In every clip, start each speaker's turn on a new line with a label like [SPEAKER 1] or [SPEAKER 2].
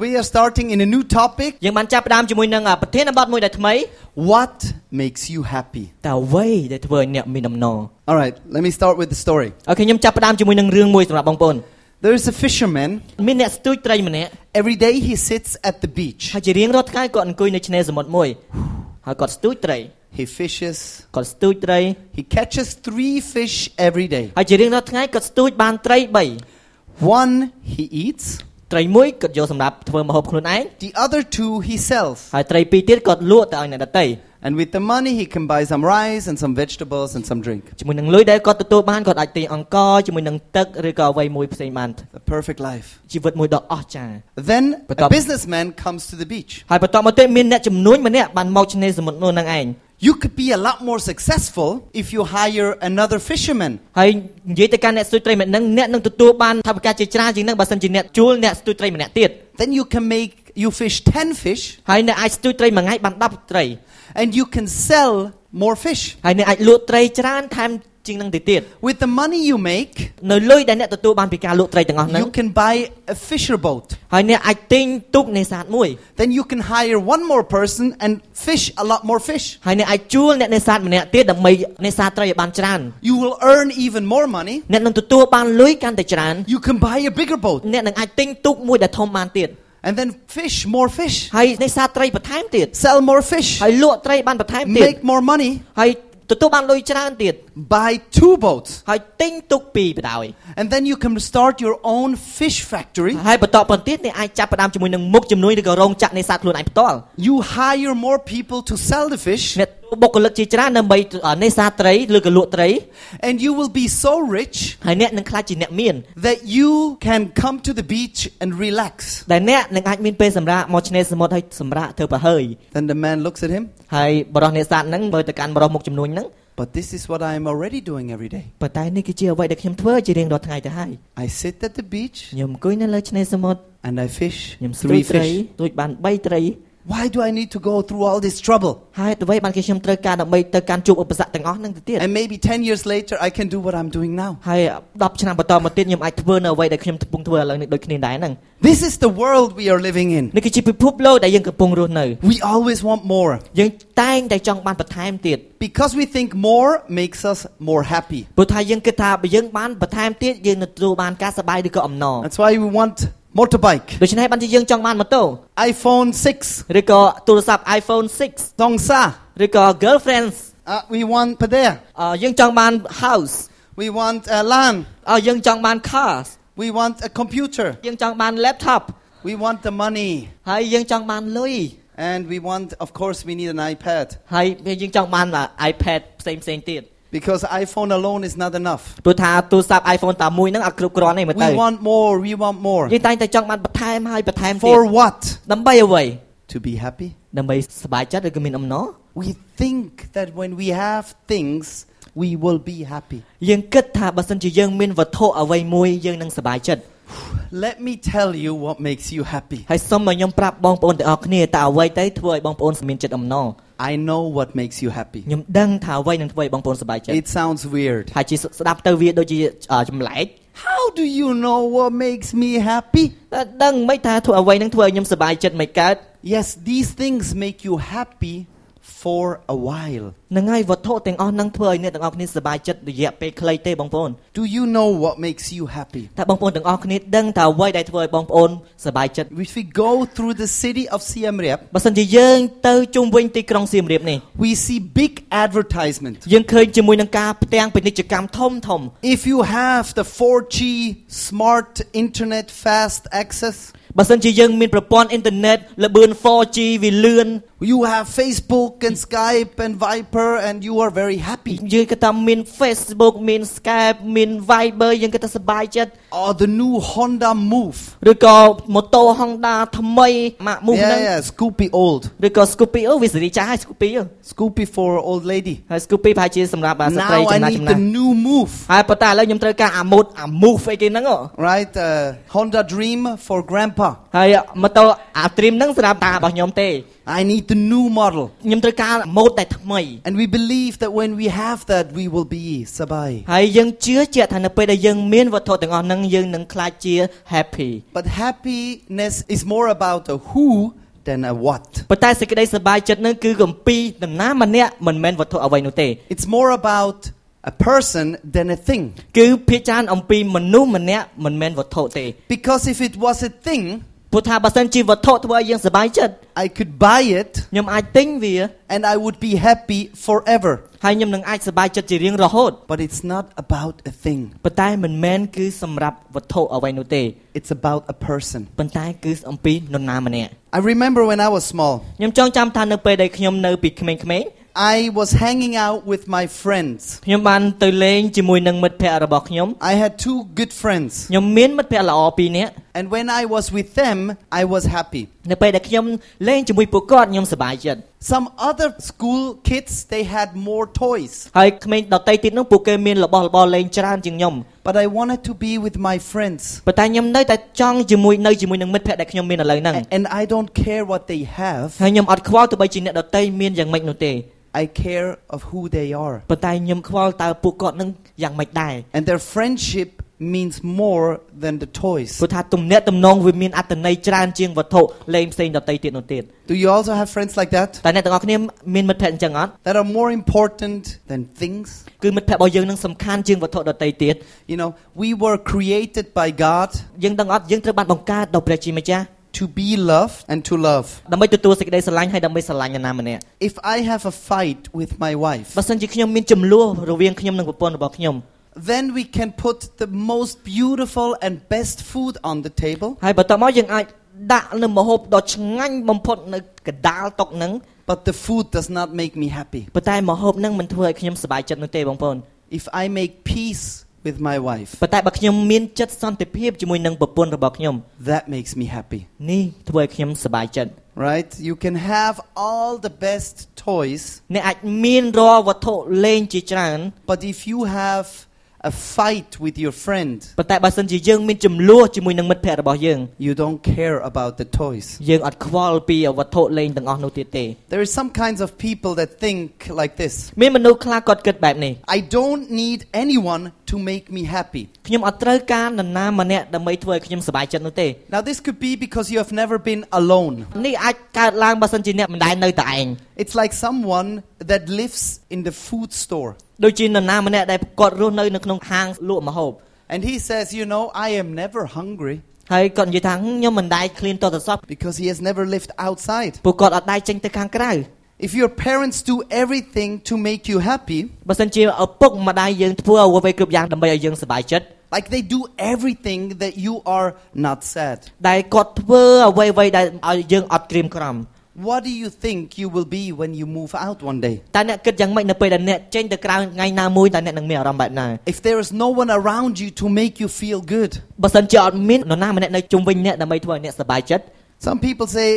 [SPEAKER 1] We are starting in a new topic.
[SPEAKER 2] យើងបានចាប់ផ្ដើមជាមួយនឹងប្រធានបទមួយដែលថ្មី
[SPEAKER 1] What makes you happy?
[SPEAKER 2] តើអ្វីដែលធ្វើឲ្យអ្នកមានដំណង
[SPEAKER 1] All right, let me start with the story.
[SPEAKER 2] អូខេខ្ញុំចាប់ផ្ដើមជាមួយនឹងរឿងមួយសម្រាប់បងប្អូន
[SPEAKER 1] There is a fisherman.
[SPEAKER 2] មានអ្នកស្ទូចត្រីម្នាក់
[SPEAKER 1] Every day he sits at the beach.
[SPEAKER 2] ហើយជារៀងរាល់ថ្ងៃគាត់អង្គុយនៅឆ្នេរសមុទ្រមួយហើយគាត់ស្ទូចត្រី
[SPEAKER 1] He fishes.
[SPEAKER 2] គាត់ស្ទូចត្រី
[SPEAKER 1] He catches three fish every day.
[SPEAKER 2] ហើយជារៀងរាល់ថ្ងៃគាត់ស្ទូចបានត្រី3
[SPEAKER 1] One he eats,
[SPEAKER 2] ត្រីមួយគាត់យកសម្រាប់ធ្វើម្ហូបខ្លួនឯង
[SPEAKER 1] the other two he sells.
[SPEAKER 2] ហើយត្រីពីរទៀតគាត់លក់ទៅឲ្យអ្នកដទៃ
[SPEAKER 1] And with the money, he can buy some rice and some vegetables and some drink.
[SPEAKER 2] ជាមួយនឹងលុយដែលគាត់ទទួលបានគាត់អាចទិញអង្ករជាមួយនឹងទឹកឬក៏អ្វីមួយផ្សេងបាន
[SPEAKER 1] A perfect life.
[SPEAKER 2] ជីវិតមួយដ៏អស្ចារ្យ
[SPEAKER 1] Then
[SPEAKER 2] But
[SPEAKER 1] a
[SPEAKER 2] that-
[SPEAKER 1] businessman comes to the beach.
[SPEAKER 2] ហើយបន្តមកទៀតមានអ្នកចំនួនម្នាក់បានមកឆ្នេរសមុទ្រនោះនឹងឯង
[SPEAKER 1] You could be a lot more successful if you hire another fisherman.
[SPEAKER 2] ហើយនិយាយទៅកាន់អ្នកស្ទួយត្រីម្នាក់ហ្នឹងអ្នកនឹងទទួលបានថាវិការជាច្រើនជាងហ្នឹងបើសិនជាអ្នកជួលអ្នកស្ទួយត្រីម្នាក់ទៀត
[SPEAKER 1] Then you can make, you fish 10 fish
[SPEAKER 2] ហើយអ្នកអាចស្ទួយត្រីមួយថ្ងៃបាន10ត្រី
[SPEAKER 1] and you can sell more fish.
[SPEAKER 2] ហើយអ្នកអាចលក់ត្រីច្រើនថែមជាងហ្នឹងទៅទៀត
[SPEAKER 1] With the money you make,
[SPEAKER 2] នៅលុយដែលអ្នកទទួលបានពីការលក់ត្រីទាំងអស់ហ្នឹង
[SPEAKER 1] you can buy a fisher boat.
[SPEAKER 2] ហើយអ្នកអាចទិញទូកនេសាទមួយ
[SPEAKER 1] Then you can hire one more person and fish a lot more fish.
[SPEAKER 2] ហើយអ្នកអាចជួលអ្នកនេសាទម្នាក់ទៀតដើម្បីនេសាទត្រីឲ្យបានច្រើន
[SPEAKER 1] You will earn even more money.
[SPEAKER 2] អ្នកនឹងទទួលបានលុយកាន់តែច្រើន
[SPEAKER 1] You can buy a bigger boat
[SPEAKER 2] អ្នកនឹងអាចទិញទូកមួយដែលធំបានទៀត
[SPEAKER 1] and then fish more fish,
[SPEAKER 2] ហើយនេសាទត្រីបន្ថែមទៀត
[SPEAKER 1] sell more fish,
[SPEAKER 2] ហើយលក់ត្រីបានបន្ថែមទៀត
[SPEAKER 1] make more money,
[SPEAKER 2] ហើយទទួលបានលុយច្រើនទៀត
[SPEAKER 1] buy two boats,
[SPEAKER 2] ហើយទិញទុកពីបដ ாய்
[SPEAKER 1] and then you can start your own fish factory.
[SPEAKER 2] ហើយបន្តបន្តទៀតអ្នកអាចចាប់ផ្ដើមជាមួយនឹងមុខជំនួយឬក៏រោងចក្រនេសាទខ្លួនឯងផ្ទាល់
[SPEAKER 1] You hire more people to sell the fish,
[SPEAKER 2] អ្នកទទួលបុគ្គលិកជាច្រើនដើម្បីអ่าនេសាទត្រីឬក៏លក់ត្រី
[SPEAKER 1] and you will be so rich
[SPEAKER 2] ហើយអ្នកនឹងខ្លាចជាអ្នកមាន
[SPEAKER 1] that you can come to the beach and relax.
[SPEAKER 2] ដែលអ្នកនឹងអាចមានពេលសម្រាប់មកឆ្នេរសមុទ្រហើយសម្រាប់ធ្វើប្រហើយ
[SPEAKER 1] Then the man looks at him.
[SPEAKER 2] ហើយបរិះនេសាទហ្នឹងមើលទៅកាន់បរិះមុខជំនួយហ្នឹង
[SPEAKER 1] But this is what I am already doing every day.
[SPEAKER 2] ប៉ុន្តែនេះគឺជាអ្វីដែលខ្ញុំធ្វើជារៀងរាល់ថ្ងៃទៅហើយ
[SPEAKER 1] I sit at the beach
[SPEAKER 2] ខ្ញុំអង្គុយនៅលើឆ្នេរសមុទ្រ
[SPEAKER 1] and I fish
[SPEAKER 2] ខ្ញុំស្ទួយ
[SPEAKER 1] three
[SPEAKER 2] ត្រី
[SPEAKER 1] fish.
[SPEAKER 2] ទួចបាន3ត្រី
[SPEAKER 1] Why do I need to go through all this trouble?
[SPEAKER 2] ហើយអ្វីបានគេខ្ញុំត្រូវការដើម្បីទៅកាន់ជួបឧបសគ្គទាំងអស់ហ្នឹងទៅទៀត
[SPEAKER 1] And maybe 10 years later, I can do what I'm doing now.
[SPEAKER 2] ហើយ10ឆ្នាំបន្តមកទៀតខ្ញុំអាចធ្វើនៅអ្វីដែលខ្ញុំកំពុងធ្វើឥឡូវនេះដូចគ្នាដែរហ្នឹង
[SPEAKER 1] This is the world we are living in.
[SPEAKER 2] នេះគឺជាពិភពលោកដែលយើងកំពុងរស់នៅ
[SPEAKER 1] We always want more
[SPEAKER 2] យើងតែងតែចង់បានបន្ថែមទៀត
[SPEAKER 1] because we think more makes us more happy.
[SPEAKER 2] ព្រោះថាយើងគិតថាបើយើងបានបន្ថែមទៀតយើងនឹងទទួលបានការសប្បាយឬក៏អំណរ
[SPEAKER 1] That's why we want motorbike,
[SPEAKER 2] ដូច្នេះបានជាយើងចង់បានម៉ូតូ
[SPEAKER 1] iPhone 6,
[SPEAKER 2] ឬក៏ទូរស័ព្ទ iPhone
[SPEAKER 1] Songsa.
[SPEAKER 2] 6ឬក៏ girlfriends
[SPEAKER 1] Uh, we want Padea.
[SPEAKER 2] អឺយើងចង់បាន house
[SPEAKER 1] We want a LAN.
[SPEAKER 2] អឺយើងចង់បាន cars
[SPEAKER 1] We want a computer.
[SPEAKER 2] យើងចង់បាន laptop
[SPEAKER 1] We want the money.
[SPEAKER 2] ហើយយើងចង់បានលុយ
[SPEAKER 1] And we want, of course, we need an iPad
[SPEAKER 2] ហើយយើងចង់បាន iPad ផ្សេងផ្សេងៗទៀត
[SPEAKER 1] because iPhone alone is not enough.
[SPEAKER 2] ព្រោះថាទូរស័ព្ទ iPhone តែមួយហ្នឹងអត់គ្រប់គ្រាន់ទេមើលទៅ
[SPEAKER 1] We want more, we want more.
[SPEAKER 2] យើងតែងតែចង់បានបន្ថែមហើយបន្ថែមទៀត
[SPEAKER 1] For what?
[SPEAKER 2] ដើម្បីអ្វី
[SPEAKER 1] To be happy.
[SPEAKER 2] ដើម្បីសប្បាយចិត្តឬក៏មានអំណរ
[SPEAKER 1] We think that when we have things, we will be happy.
[SPEAKER 2] យើងគិតថាបើសិនជាយើងមានវត្ថុអ្វីមួយយើងនឹងសប្បាយចិត្ត
[SPEAKER 1] Let me tell you what makes you happy.
[SPEAKER 2] ហើយសូមឲ្យខ្ញុំប្រាប់បងប្អូនទាំងអស់គ្នាតើអ្វីទៅធ្វើឲ្យបងប្អូនមានចិត្តអំណរ
[SPEAKER 1] I know what makes you happy.
[SPEAKER 2] ខ្ញុំដឹងថាអ្វីនឹងធ្វើឲ្យបងប្អូនសប្បាយចិត្ត
[SPEAKER 1] It sounds weird.
[SPEAKER 2] ហើយជាស្ដាប់ទៅវាដូចជាអ่าចម្លែក
[SPEAKER 1] How do you know what makes me happy?
[SPEAKER 2] តែដឹងមិនថាធ្វើអ្វីនឹងធ្វើឲ្យខ្ញុំសប្បាយចិត្តមិនកើត
[SPEAKER 1] Yes, these things make you happy for a while.
[SPEAKER 2] នឹងហើយវត្ថុទាំងអស់នឹងធ្វើឲ្យអ្នកទាំងអស់គ្នាសប្បាយចិត្តរយៈពេលខ្លីទេបងប្អូន
[SPEAKER 1] Do you know what makes you happy?
[SPEAKER 2] តែបងប្អូនទាំងអស់គ្នាដឹងថាអ្វីដែលធ្វើឲ្យបងប្អូនសប្បាយចិត្ត
[SPEAKER 1] If we go through the city of Siem Reap,
[SPEAKER 2] បើសិនជាយើងទៅជុំវិញទីក្រុងសៀមរាបនេះ
[SPEAKER 1] we see big advertisement.
[SPEAKER 2] យើងឃើញជាមួយនឹងការផ្ទាំងពាណិជ្ជកម្មធំធំ
[SPEAKER 1] If you have the 4G smart internet fast access,
[SPEAKER 2] បើសិនជាយើងមានប្រព័ន្ធអ៊ីនធឺណិតល្បឿន 4G វាលឿន
[SPEAKER 1] we You have Facebook and Skype and Viper, and you are very happy.
[SPEAKER 2] យើងគាត់ថាមាន Facebook មាន Skype មាន Viber យើងគាត់ថាសប្បាយចិត្ត
[SPEAKER 1] Or Oh, the new Honda Move.
[SPEAKER 2] ឬក៏ម៉ូតូ Honda ថ្មីម៉ាក់មូស
[SPEAKER 1] yeah,
[SPEAKER 2] ហ្នឹង
[SPEAKER 1] yeah, Scoopy old.
[SPEAKER 2] ឬក៏ Scoopy អូវាសេរីចាស់ហើយ Scoopy អូ
[SPEAKER 1] Scoopy for old lady.
[SPEAKER 2] ហើយ Scoopy ប្រហែលជាសម្រាប់អាស្ត្រី
[SPEAKER 1] Now
[SPEAKER 2] ចំ
[SPEAKER 1] I
[SPEAKER 2] ណាស់ចំ
[SPEAKER 1] need
[SPEAKER 2] ណា
[SPEAKER 1] the
[SPEAKER 2] ស់
[SPEAKER 1] new Move.
[SPEAKER 2] ហើយប៉ុន្តែឥឡូវខ្ញុំត្រូវការអាម៉ូតអា Move អីគេហ្នឹងអូ
[SPEAKER 1] Right? Uh, Honda Dream for grandpa.
[SPEAKER 2] ហើយម៉ូតូអា Trim ហ្នឹងសម្រាប់តារបស់ខ្ញុំទេ
[SPEAKER 1] I need the new model.
[SPEAKER 2] ខ្ញុំត្រូវការម៉ូតតែថ្មី
[SPEAKER 1] And we believe that when we have that, we will be sabai.
[SPEAKER 2] ហើយយើងជឿជាក់ថានៅពេលដែលយើងមានវត្ថុទាំងអស់ហ្នឹងយើងនឹងក្លាយជា happy
[SPEAKER 1] But happiness is more about a who than a what.
[SPEAKER 2] ប៉ុន្តែសេចក្តីសប្បាយចិត្តហ្នឹងគឺកំពីដំណាម្នាក់មិនមែនវត្ថុអ្វីនោះទេ
[SPEAKER 1] It's more about a person than a thing.
[SPEAKER 2] គឺភាគច្រើនអំពីមនុស្សម្នាក់មិនមែនវត្ថុទេ
[SPEAKER 1] Because if it was a thing,
[SPEAKER 2] ព្រោះថាបើសិនជាវត្ថុធ្វើឲ្យយើងសប្បាយចិត្ត
[SPEAKER 1] I could buy it
[SPEAKER 2] ខ្ញុំអាចទិញវា
[SPEAKER 1] and I would be happy forever.
[SPEAKER 2] ហើយខ្ញុំនឹងអាចសប្បាយចិត្តជារៀងរហូត
[SPEAKER 1] But it's not about a thing,
[SPEAKER 2] ប៉ុន្តែមិនមែនគឺសម្រាប់វត្ថុអ្វីនោះទេ
[SPEAKER 1] it's about a person.
[SPEAKER 2] ប៉ុន្តែគឺអំពីនរណាម្នាក់
[SPEAKER 1] I remember when I was small,
[SPEAKER 2] ខ្ញុំចង់ចាំថានៅពេលដែលខ្ញុំនៅពីក្មេងៗ
[SPEAKER 1] I was hanging out with my friends.
[SPEAKER 2] ខ្ញុំបានទៅលេងជាមួយនឹងមិត្តភ័ក្តិរបស់ខ្ញុំ
[SPEAKER 1] I had two good friends,
[SPEAKER 2] ខ្ញុំមានមិត្តភ័ក្តិល្អពីរនាក់
[SPEAKER 1] and when I was with them, I was happy.
[SPEAKER 2] នៅពេលដែលខ្ញុំលេងជាមួយពួកគាត់ខ្ញុំសប្បាយចិត្ត
[SPEAKER 1] Some other school kids, they had more toys.
[SPEAKER 2] ហើយក្មេងដតីទៀតនោះពួកគេមានរបស់របរលេងច្រើនជាងខ្ញុំ
[SPEAKER 1] But I wanted to be with my friends.
[SPEAKER 2] ប៉ុន្តែខ្ញុំនៅតែចង់ជាមួយនៅជាមួយនឹងមិត្តភ័ក្តិដែលខ្ញុំមានឥឡូវហ្នឹង
[SPEAKER 1] A- And I don't care what they have.
[SPEAKER 2] ហើយខ្ញុំអត់ខ្វល់ទោះបីជាអ្នកដតីមានយ៉ាងម៉េចនោះទេ
[SPEAKER 1] I care of who they are.
[SPEAKER 2] ប៉ុន្តែខ្ញុំខ្វល់តើពួកគាត់នឹងយ៉ាងម៉េចដែរ
[SPEAKER 1] And their friendship means more than the toys.
[SPEAKER 2] ព្រោះថាទំនាក់ទំនងវាមានអត្ថន័យច្រើនជាងវត្ថុលេងផ្សេងដតីទៀតនោះទៀត
[SPEAKER 1] Do you also have friends like that?
[SPEAKER 2] តែអ្នកទាំងអស់គ្នាមានមិត្តភ័ក្តិអញ្ចឹងអត់
[SPEAKER 1] That are more important than things?
[SPEAKER 2] គឺមិត្តភ័ក្តិរបស់យើងនឹងសំខាន់ជាងវត្ថុដតីទៀត
[SPEAKER 1] You know, we were created by God
[SPEAKER 2] យើងដឹងអត់យើងត្រូវបានបង្កើតដោយព្រះជាម្ចាស់
[SPEAKER 1] to be loved and to love.
[SPEAKER 2] ដើម្បីទទួលសេចក្តីស្រឡាញ់ហើយដើម្បីស្រឡាញ់នរណាម្នាក់
[SPEAKER 1] If I have a fight with my wife,
[SPEAKER 2] បើសិនជាខ្ញុំមានចំនួនរវាងខ្ញុំនិងប្រពន្ធរបស់ខ្ញុំ
[SPEAKER 1] then we can put the most beautiful and best food on the table.
[SPEAKER 2] ហើយបន្តមកយើងអាចដាក់នៅម្ហូបដ៏ឆ្ងាញ់បំផុតនៅកណ្ដាលតុហ្នឹង
[SPEAKER 1] But the food does not make me happy.
[SPEAKER 2] ប៉ុន្តែម្ហូបហ្នឹងមិនធ្វើឲ្យខ្ញុំសប្បាយចិត្តនោះទេបងប្អូន
[SPEAKER 1] If I make peace with my wife,
[SPEAKER 2] ប៉ុន្តែបើខ្ញុំមានចិត្តសន្តិភាពជាមួយនឹងប្រពន្ធរបស់ខ្ញុំ
[SPEAKER 1] that makes me happy.
[SPEAKER 2] នេះធ្វើឲ្យខ្ញុំសប្បាយចិត្ត
[SPEAKER 1] Right? You can have all the best toys,
[SPEAKER 2] អ្នកអាចមានរាល់វត្ថុលេងជាច្រើន
[SPEAKER 1] but if you have a fight with your friend,
[SPEAKER 2] ប៉ុន្តែបើសិនជាយើងមានចំនួនជាមួយនឹងមិត្តភ័ក្តិរបស់យើង
[SPEAKER 1] you don't care about the toys.
[SPEAKER 2] យើងអត់ខ្វល់ពីវត្ថុលេងទាំងអស់នោះទៀតទេ
[SPEAKER 1] There is some kinds of people that think like this.
[SPEAKER 2] មានមនុស្សខ្លះគាត់គិតបែបនេះ
[SPEAKER 1] I don't need anyone to make me happy.
[SPEAKER 2] ខ្ញុំអត់ត្រូវការនរណាម្នាក់ដើម្បីធ្វើឲ្យខ្ញុំសប្បាយចិត្តនោះទេ
[SPEAKER 1] Now this could be because you have never been alone.
[SPEAKER 2] នេះអាចកើតឡើងបើសិនជាអ្នកមិនដែលនៅតែឯង
[SPEAKER 1] It's like someone that lives in the food store
[SPEAKER 2] ដូចជានរណាម្នាក់ដែលគាត់រស់នៅនៅក្នុងហាងលក់ម្ហូប
[SPEAKER 1] and he says, "You know, I am never hungry."
[SPEAKER 2] ហើយគាត់និយាយថាហ៊ឹមខ្ញុំមិនដែលឃ្លានតទៅសោះ
[SPEAKER 1] Because he has never lived outside.
[SPEAKER 2] ពួកគាត់អត់ដែលចេញទៅខាងក្រៅ
[SPEAKER 1] If your parents do everything to make you happy,
[SPEAKER 2] បើសិនជាឪពុកម្ដាយយើងធ្វើអ្វីៗគ្រប់យ៉ាងដើម្បីឲ្យយើងសប្បាយចិត្ត
[SPEAKER 1] like they do everything that you are not sad,
[SPEAKER 2] ដែលគាត់ធ្វើអ្វីៗដែលឲ្យយើងអត់ក្រៀមក្រំ
[SPEAKER 1] what do you think you will be when you move out one day?
[SPEAKER 2] តែអ្នកគិតយ៉ាងម៉េចនៅពេលដែលអ្នកចេញទៅក្រៅថ្ងៃណាមួយតែអ្នកនឹងមានអារម្មណ៍បែបណា
[SPEAKER 1] If there is no one around you to make you feel good.
[SPEAKER 2] បើសិនជាអត់មាននរណាម្នាក់នៅជុំវិញអ្នកដើម្បីធ្វើឲ្យអ្នកសប្បាយចិត្ត
[SPEAKER 1] Some people say,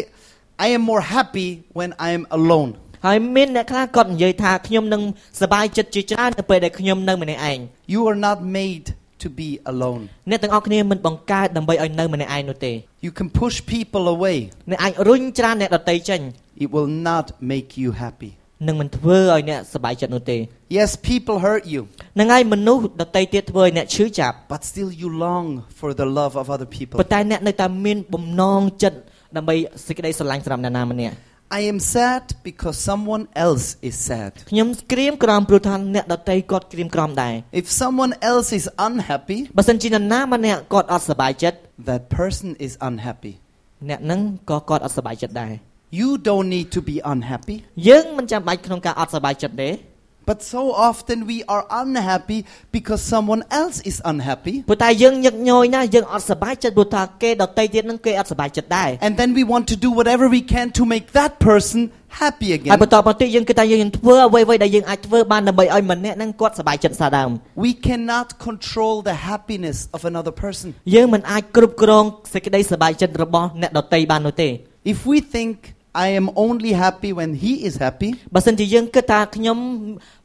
[SPEAKER 1] I am more happy when I am alone.
[SPEAKER 2] ហើយមានអ្នកខ្លះគាត់និយាយថាខ្ញុំនឹងសប្បាយចិត្តជាច្រើននៅពេលដែលខ្ញុំនៅម្នាក់ឯង
[SPEAKER 1] You are not made to be alone.
[SPEAKER 2] អ្នកទាំងអស់គ្នាមិនបង្កើតដើម្បីឲ្យនៅម្នាក់ឯងនោះទេ
[SPEAKER 1] You can push people away,
[SPEAKER 2] អ្នកអាចរុញច្រានអ្នកដតីចេញ
[SPEAKER 1] it will not make you happy.
[SPEAKER 2] នឹងមិនធ្វើឲ្យអ្នកសប្បាយចិត្តនោះទេ
[SPEAKER 1] Yes, people hurt you,
[SPEAKER 2] ហ្នឹងហើយមនុស្សដតីទៀតធ្វើឲ្យអ្នកឈឺចាប់
[SPEAKER 1] but still you long for the love of other people.
[SPEAKER 2] ប៉ុន្តែអ្នកនៅតែមានបំណងចិត្តដើម្បីសេចក្តីស្រឡាញ់សម្រាប់អ្នកណាម្នាក់
[SPEAKER 1] I am sad because someone else is sad.
[SPEAKER 2] ខ្ញុំក្រៀមក្រំព្រោះថាអ្នកដតីគាត់ក្រៀមក្រំដែរ
[SPEAKER 1] If someone else is unhappy,
[SPEAKER 2] បើសិនជានរណាម្នាក់គាត់អត់សប្បាយចិត្ត
[SPEAKER 1] that person is unhappy.
[SPEAKER 2] អ្នកហ្នឹងក៏គាត់អត់សប្បាយចិត្តដែរ
[SPEAKER 1] You don't need to be unhappy.
[SPEAKER 2] យើងមិនចាំបាច់ក្នុងការអត់សប្បាយចិត្តទេ
[SPEAKER 1] But so often we are unhappy because someone else is unhappy.
[SPEAKER 2] ព្រោះតែយើងញឹកញយណាស់យើងអត់សប្បាយចិត្តព្រោះថាគេដតីទៀតហ្នឹងគេអត់សប្បាយចិត្តដែរ
[SPEAKER 1] And then we want to do whatever we can to make that person happy
[SPEAKER 2] ហើ
[SPEAKER 1] again.
[SPEAKER 2] យបន្តមកទៀតយើងគិតថាយើងនឹងធ្វើអ្វីៗដែលយើងអាចធ្វើបានដើម្បីឲ្យម្នាក់ហ្នឹងគាត់សប្បាយចិត្តសាដើម
[SPEAKER 1] We cannot control the happiness of another person.
[SPEAKER 2] យើងមិនអាចគ្រប់គ្រងសេចក្តីសប្បាយចិត្តរបស់អ្នកដតីបាននោះទេ
[SPEAKER 1] If we think I am only happy when he is happy,
[SPEAKER 2] បើសិនជាយើងគិតថាខ្ញុំ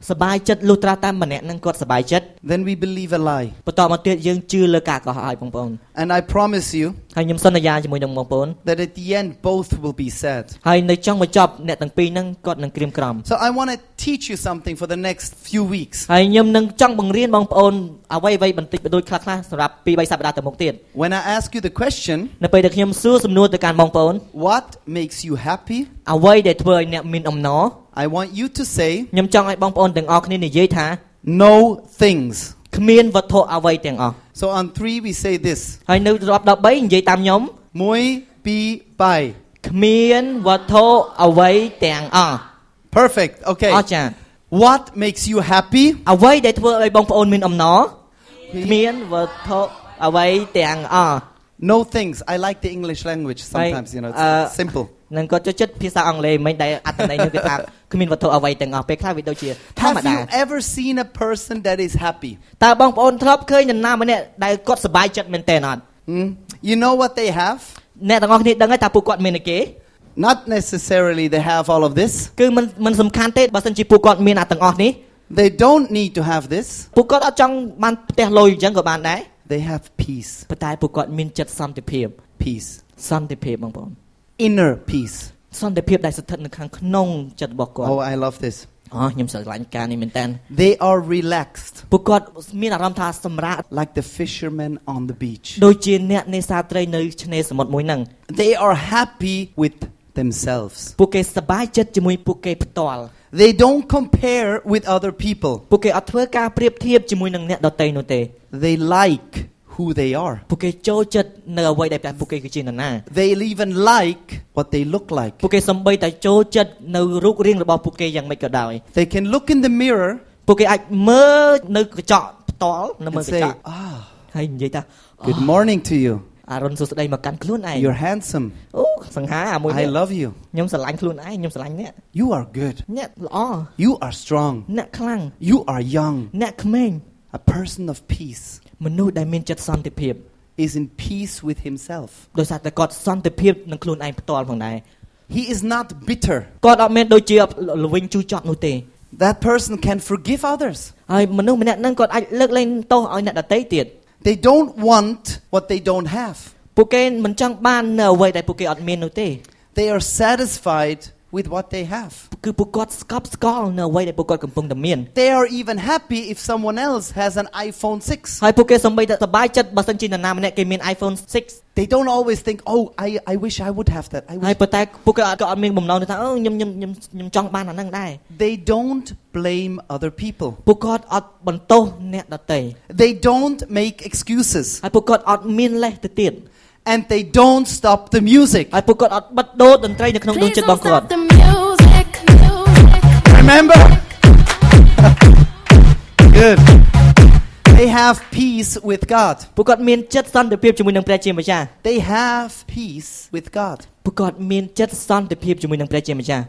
[SPEAKER 2] សប្បាយចិត្តលុះត្រាតែម្នាក់ហ្នឹងគាត់សប្បាយចិត្ត
[SPEAKER 1] then we believe a lie.
[SPEAKER 2] បន្តមកទៀតយើងជឿលើការកោះឲ្យបងប្អូន
[SPEAKER 1] And I promise you
[SPEAKER 2] ហើយខ្ញុំសន្យាជាមួយនឹងបងប្អូន
[SPEAKER 1] that at the end both will be sad.
[SPEAKER 2] ហើយនៅចុងបញ្ចប់អ្នកទាំងពីរហ្នឹងគាត់នឹងក្រៀមក្រំ
[SPEAKER 1] So I want to teach you something for the next few weeks.
[SPEAKER 2] ហើយខ្ញុំនឹងចង់បង្រៀនបងប្អូនអ្វីៗបន្តិចបន្តួចខ្លះៗសម្រាប់ពីរបីសប្តាហ៍ទៅមុខទៀត
[SPEAKER 1] When I ask you the question,
[SPEAKER 2] នៅពេលដែលខ្ញុំសួរសំណួរទៅកាន់បងប្អូន
[SPEAKER 1] what makes you happy?
[SPEAKER 2] អ្វីដែលធ្វើឲ្យអ្នកមានអំណរ
[SPEAKER 1] I want you to say
[SPEAKER 2] ខ្ញុំចង់ឲ្យបងប្អូនទាំងអស់គ្នានិយាយថា
[SPEAKER 1] no things.
[SPEAKER 2] គ្មានវត្ថុអ្វីទាំងអស់
[SPEAKER 1] So on 3 we say this.
[SPEAKER 2] ហើយនៅរອບ13និយាយតាមខ្ញុំ
[SPEAKER 1] Muy pi pai.
[SPEAKER 2] គ្មានវត្ថុអ្វីទាំងអស់
[SPEAKER 1] Perfect. Okay.
[SPEAKER 2] អស្ចារ្យ
[SPEAKER 1] What makes you happy?
[SPEAKER 2] អ្វីដែលធ្វើឲ្យបងប្អូនមានអំណរគ្មានវត្ថុអ្វីទាំងអស់
[SPEAKER 1] No things. I like the English language sometimes, you know, it's
[SPEAKER 2] uh,
[SPEAKER 1] simple.
[SPEAKER 2] នឹងគាត់ចូលចិត្តភាសាអង់គ្លេសមិនដែលអត្ថន័យនោះគឺថាគ្មានវត្ថុអ្វីទាំងអស់ពេលខ្លះវាដូចជាធម្ម
[SPEAKER 1] Have
[SPEAKER 2] តា
[SPEAKER 1] you ever seen a person that is happy?
[SPEAKER 2] តើបងប្អូនធ្លាប់ឃើញនរណាម្នាក់ដែលគាត់សប្បាយចិត្តមែនតើអត់
[SPEAKER 1] Hmm? You know what they have?
[SPEAKER 2] អ្នកទាំងអស់គ្នាដឹងហើយថាពួកគាត់មានអីគេ
[SPEAKER 1] Not necessarily they have all of this.
[SPEAKER 2] គឺមិនមិនសំខាន់ទេបើសិនជាពួកគាត់មានអាទាំងអស់នេះ
[SPEAKER 1] They don't need to have this.
[SPEAKER 2] ពួកគាត់អត់ចង់បានផ្ទះលុយអញ្ចឹងក៏បានដែរ
[SPEAKER 1] They have peace.
[SPEAKER 2] ប៉ុន្តែពួកគាត់មានចិត្តសន្តិភាព
[SPEAKER 1] Peace.
[SPEAKER 2] សន្តិភាពបងប្អូន
[SPEAKER 1] Inner peace.
[SPEAKER 2] សន្តិភាពដែលស្ថិតនៅខាងក្នុងចិត្តរបស់គាត់
[SPEAKER 1] Oh, I love this.
[SPEAKER 2] អូខ្ញុំស្រឡាញ់ការនេះមែនតើ
[SPEAKER 1] They are relaxed
[SPEAKER 2] ពួកគាត់មានអារម្មណ៍ថាសម្រាក
[SPEAKER 1] like the fishermen on the beach.
[SPEAKER 2] ដូចជាអ្នកនេសាទត្រីនៅឆ្នេរសមុទ្រមួយហ្នឹង
[SPEAKER 1] They are happy with themselves.
[SPEAKER 2] ពួកគេសប្បាយចិត្តជាមួយពួកគេផ្ទាល់
[SPEAKER 1] They don't compare with other people.
[SPEAKER 2] ពួកគេអត់ធ្វើការប្រៀបធៀបជាមួយនឹងអ្នកដទៃនោះទេ
[SPEAKER 1] They like who they are.
[SPEAKER 2] ពួកគេចូលចិត្តនៅអ្វីដែលព្រះពួកគេគឺជានរណា
[SPEAKER 1] They even like what they look like.
[SPEAKER 2] ពួកគេសំបីតែចូលចិត្តនៅរូបរាងរបស់ពួកគេយ៉ាងម៉េចក៏ដោយ
[SPEAKER 1] They can look in the mirror
[SPEAKER 2] ពួកគេអាចមើលនៅកញ្ចក់ផ្ទាល់នៅមើ
[SPEAKER 1] and
[SPEAKER 2] លក
[SPEAKER 1] say,
[SPEAKER 2] ញ្ចក់
[SPEAKER 1] Ah,
[SPEAKER 2] ហើយនិយាយថា
[SPEAKER 1] good morning to you.
[SPEAKER 2] អារុនសួស្ដីមកកាន់ខ្លួនឯង
[SPEAKER 1] You're handsome.
[SPEAKER 2] អូសង្ហាអាមួយ
[SPEAKER 1] I
[SPEAKER 2] នេះ
[SPEAKER 1] love you.
[SPEAKER 2] ខ្ញុំស្រឡាញ់ខ្លួនឯងខ្ញុំស្រឡាញ់អ្នក
[SPEAKER 1] You are good.
[SPEAKER 2] អ្នកល្អ
[SPEAKER 1] You are strong.
[SPEAKER 2] អ្នកខ្លាំង
[SPEAKER 1] You are young.
[SPEAKER 2] អ្នកក្មេង
[SPEAKER 1] A person of peace
[SPEAKER 2] មនុស្សដែលមានចិត្តសន្តិភាព
[SPEAKER 1] is in peace with himself.
[SPEAKER 2] ដោយសារតែគាត់សន្តិភាពនឹងខ្លួនឯងផ្ទាល់ផងដែរ
[SPEAKER 1] He is not bitter.
[SPEAKER 2] គាត់អត់មានដូចជាល្វិញជូរចត់នោះទេ
[SPEAKER 1] That person can forgive others.
[SPEAKER 2] ហើយមនុស្សម្នាក់ហ្នឹងគាត់អាចលើកលែងទោសឲ្យអ្នកដទៃទៀត
[SPEAKER 1] They don't want what they don't have.
[SPEAKER 2] ពួកគេមិនចង់បាននៅអ្វីដែលពួកគេអត់មាននោះទេ
[SPEAKER 1] They are satisfied with what they have.
[SPEAKER 2] គឺពួកគាត់ស្កប់ស្កល់នៅអ្វីដែលពួកគាត់កំពុងតែមាន
[SPEAKER 1] They are even happy if someone else has an iPhone 6.
[SPEAKER 2] ហើយពួកគេសំបីតែសប្បាយចិត្តបើសិនជានរណាម្នាក់គេមាន iPhone 6
[SPEAKER 1] They don't always think, oh, I, I wish I would have that. I
[SPEAKER 2] ហើយ
[SPEAKER 1] wish.
[SPEAKER 2] ប៉ុន្តែពួកគេអត់ក៏អត់មានបំណងទេថាអូខ្ញុំខ្ញុំខ្ញុំខ្ញុំចង់បានអាហ្នឹងដែរ
[SPEAKER 1] They don't blame other people.
[SPEAKER 2] ពួកគាត់អត់បន្ទោសអ្នកដទៃ
[SPEAKER 1] They don't make excuses.
[SPEAKER 2] ហើយពួកគាត់អត់មានលេសទៅទៀត
[SPEAKER 1] And they don't stop the music.
[SPEAKER 2] ហើយពួកគាត់អត់បិទដូរតន្ត្រីនៅក្នុងដួង
[SPEAKER 3] Please
[SPEAKER 2] ចិត្តប
[SPEAKER 3] don't
[SPEAKER 2] ងគាត់
[SPEAKER 3] stop the music, music.
[SPEAKER 1] Remember? Good. They have peace with God.
[SPEAKER 2] ពួកគាត់មានចិត្តសន្តិភាពជាមួយនឹងព្រះជាម្ចាស់
[SPEAKER 1] They have peace with God.
[SPEAKER 2] ពួកគាត់មានចិត្តសន្តិភាពជាមួយនឹងព្រះជាម្ចាស់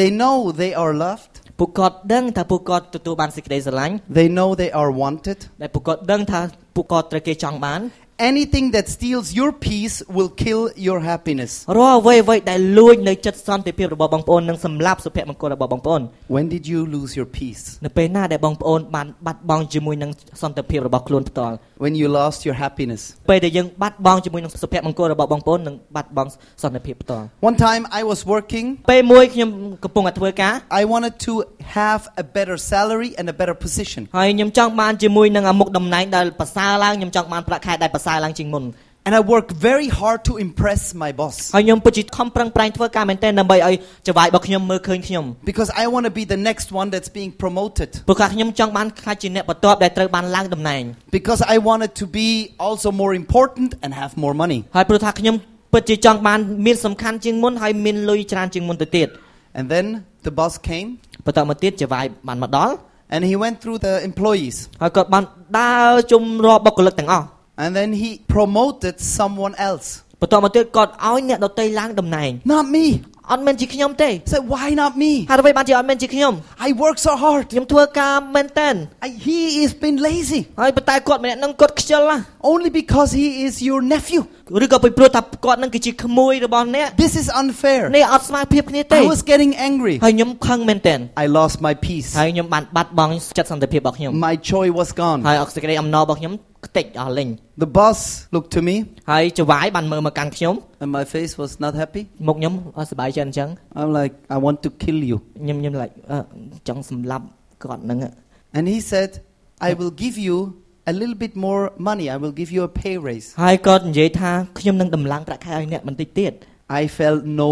[SPEAKER 1] They know they are loved.
[SPEAKER 2] ពួកគាត់ដឹងថាពួកគាត់ទទួលបានសេចក្តីស្រឡាញ់
[SPEAKER 1] They know they are wanted.
[SPEAKER 2] ដែលពួកគាត់ដឹងថាពួកគាត់ត្រូវគេចង់បាន
[SPEAKER 1] Anything that steals your peace will kill your happiness.
[SPEAKER 2] រាល់អ្វីអ្វីដែលលួចនៅចិត្តសន្តិភាពរបស់បងប្អូននិងសម្លាប់សុភមង្គលរបស់បងប្អូន
[SPEAKER 1] When did you lose your peace?
[SPEAKER 2] នៅពេលណាដែលបងប្អូនបានបាត់បង់ជាមួយនឹងសន្តិភាពរបស់ខ្លួនផ្ទាល់
[SPEAKER 1] When you lost your happiness.
[SPEAKER 2] ពេលដែលយើងបាត់បង់ជាមួយនឹងសុភមង្គលរបស់បងប្អូននិងបាត់បង់សន្តិភាពផ្ទាល់
[SPEAKER 1] One time I was working.
[SPEAKER 2] ពេលមួយខ្ញុំកំពុងតែធ្វើការ
[SPEAKER 1] I wanted to have a better salary and a better position.
[SPEAKER 2] ហើយខ្ញុំចង់បានជាមួយនឹងអាមុខតំណែងដែលប្រសើរឡើងខ្ញុំចង់បានប្រាក់ខែដែលប្រសើរឡើងជាងមុន
[SPEAKER 1] And I worked very hard to impress my boss
[SPEAKER 2] ហើយខ្ញុំពិតជាខំប្រឹងប្រែងធ្វើការមែនទែនដើម្បីឲ្យចវាយរបស់ខ្ញុំមើលឃើញខ្ញុំ
[SPEAKER 1] because I want to be the next one that's being promoted.
[SPEAKER 2] ព្រោះការខ្ញុំចង់បានខ្លាចជាអ្នកបន្ទាប់ដែលត្រូវបានឡើងតំណែង
[SPEAKER 1] Because I wanted to be also more important and have more money.
[SPEAKER 2] ហើយព្រោះថាខ្ញុំពិតជាចង់បានមានសំខាន់ជាងមុនហើយមានលុយច្រើនជាងមុនទៅទៀត
[SPEAKER 1] And then the boss came
[SPEAKER 2] បន្តមកទៀតចវាយបានមកដល់
[SPEAKER 1] And he went through the employees.
[SPEAKER 2] ហើយគាត់បានដើរជុំរាល់បុគ្គលិកទាំងអស់
[SPEAKER 1] And then he promoted someone else.
[SPEAKER 2] បន្ទាប់មកទៀតគាត់ឲ្យអ្នកដតីឡើងតំណែង
[SPEAKER 1] Not me.
[SPEAKER 2] អត់មែនជាខ្ញុំទេ
[SPEAKER 1] He said, Why not me?
[SPEAKER 2] ហើយអ្វីបានជាអត់មែនជាខ្ញុំ
[SPEAKER 1] I work so hard.
[SPEAKER 2] ខ្ញុំធ្វើការមែនតែន
[SPEAKER 1] I, he has been lazy
[SPEAKER 2] ហើយប៉ុន្តែគាត់ម្នាក់ហ្នឹងគាត់ខ្ជិលណាស់
[SPEAKER 1] only because he is your nephew.
[SPEAKER 2] ឬក៏ពីព្រោះថាគាត់ហ្នឹងគឺជាក្មួយរបស់អ្នក
[SPEAKER 1] This is unfair.
[SPEAKER 2] នេះអត់ស្មើភាពគ្នាទេ
[SPEAKER 1] I was getting angry.
[SPEAKER 2] ហើយខ្ញុំខឹងមែនតែន
[SPEAKER 1] I lost my peace.
[SPEAKER 2] ហើយខ្ញុំបានបាត់បង់ចិត្តសន្តិភាពរបស់ខ្ញុំ
[SPEAKER 1] My joy was gone.
[SPEAKER 2] ហើយអកសេចក្តីអំណររបស់ខ្ញុំខ្ទេចអស់លេង
[SPEAKER 1] The boss looked to me
[SPEAKER 2] ហើយចវាយបានមើលមកកាន់ខ្ញុំ
[SPEAKER 1] and my face was not happy.
[SPEAKER 2] មុខខ្ញុំអត់សប្បាយចិត្តអញ្ចឹង
[SPEAKER 1] I'm like, I want to kill you.
[SPEAKER 2] ខ្ញុំខ្ញុំ like អឺចង់សម្លាប់គាត់ហ្នឹង
[SPEAKER 1] And he said, I will give you a little bit more money. I will give you a pay raise.
[SPEAKER 2] ហើយគាត់និយាយថាខ្ញុំនឹងដំឡើងប្រាក់ខែឲ្យអ្នកបន្តិចទៀត
[SPEAKER 1] I felt no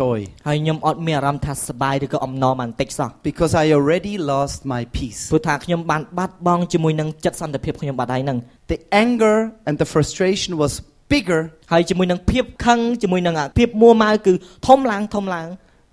[SPEAKER 1] joy
[SPEAKER 2] ហើយខ្ញុំអត់មានអារម្មណ៍ថាសប្បាយឬក៏អំណរបានបន្តិចសោះ
[SPEAKER 1] because I already lost my peace.
[SPEAKER 2] ព្រោះថាខ្ញុំបានបាត់បង់ជាមួយនឹងចិត្តសន្តិភាពខ្ញុំបាត់ហើយហ្នឹង
[SPEAKER 1] The anger and the frustration was bigger
[SPEAKER 2] ហើយជាមួយនឹងភាពខឹងជាមួយនឹងអាភាពមួម៉ៅគឺធំឡើងធំឡើង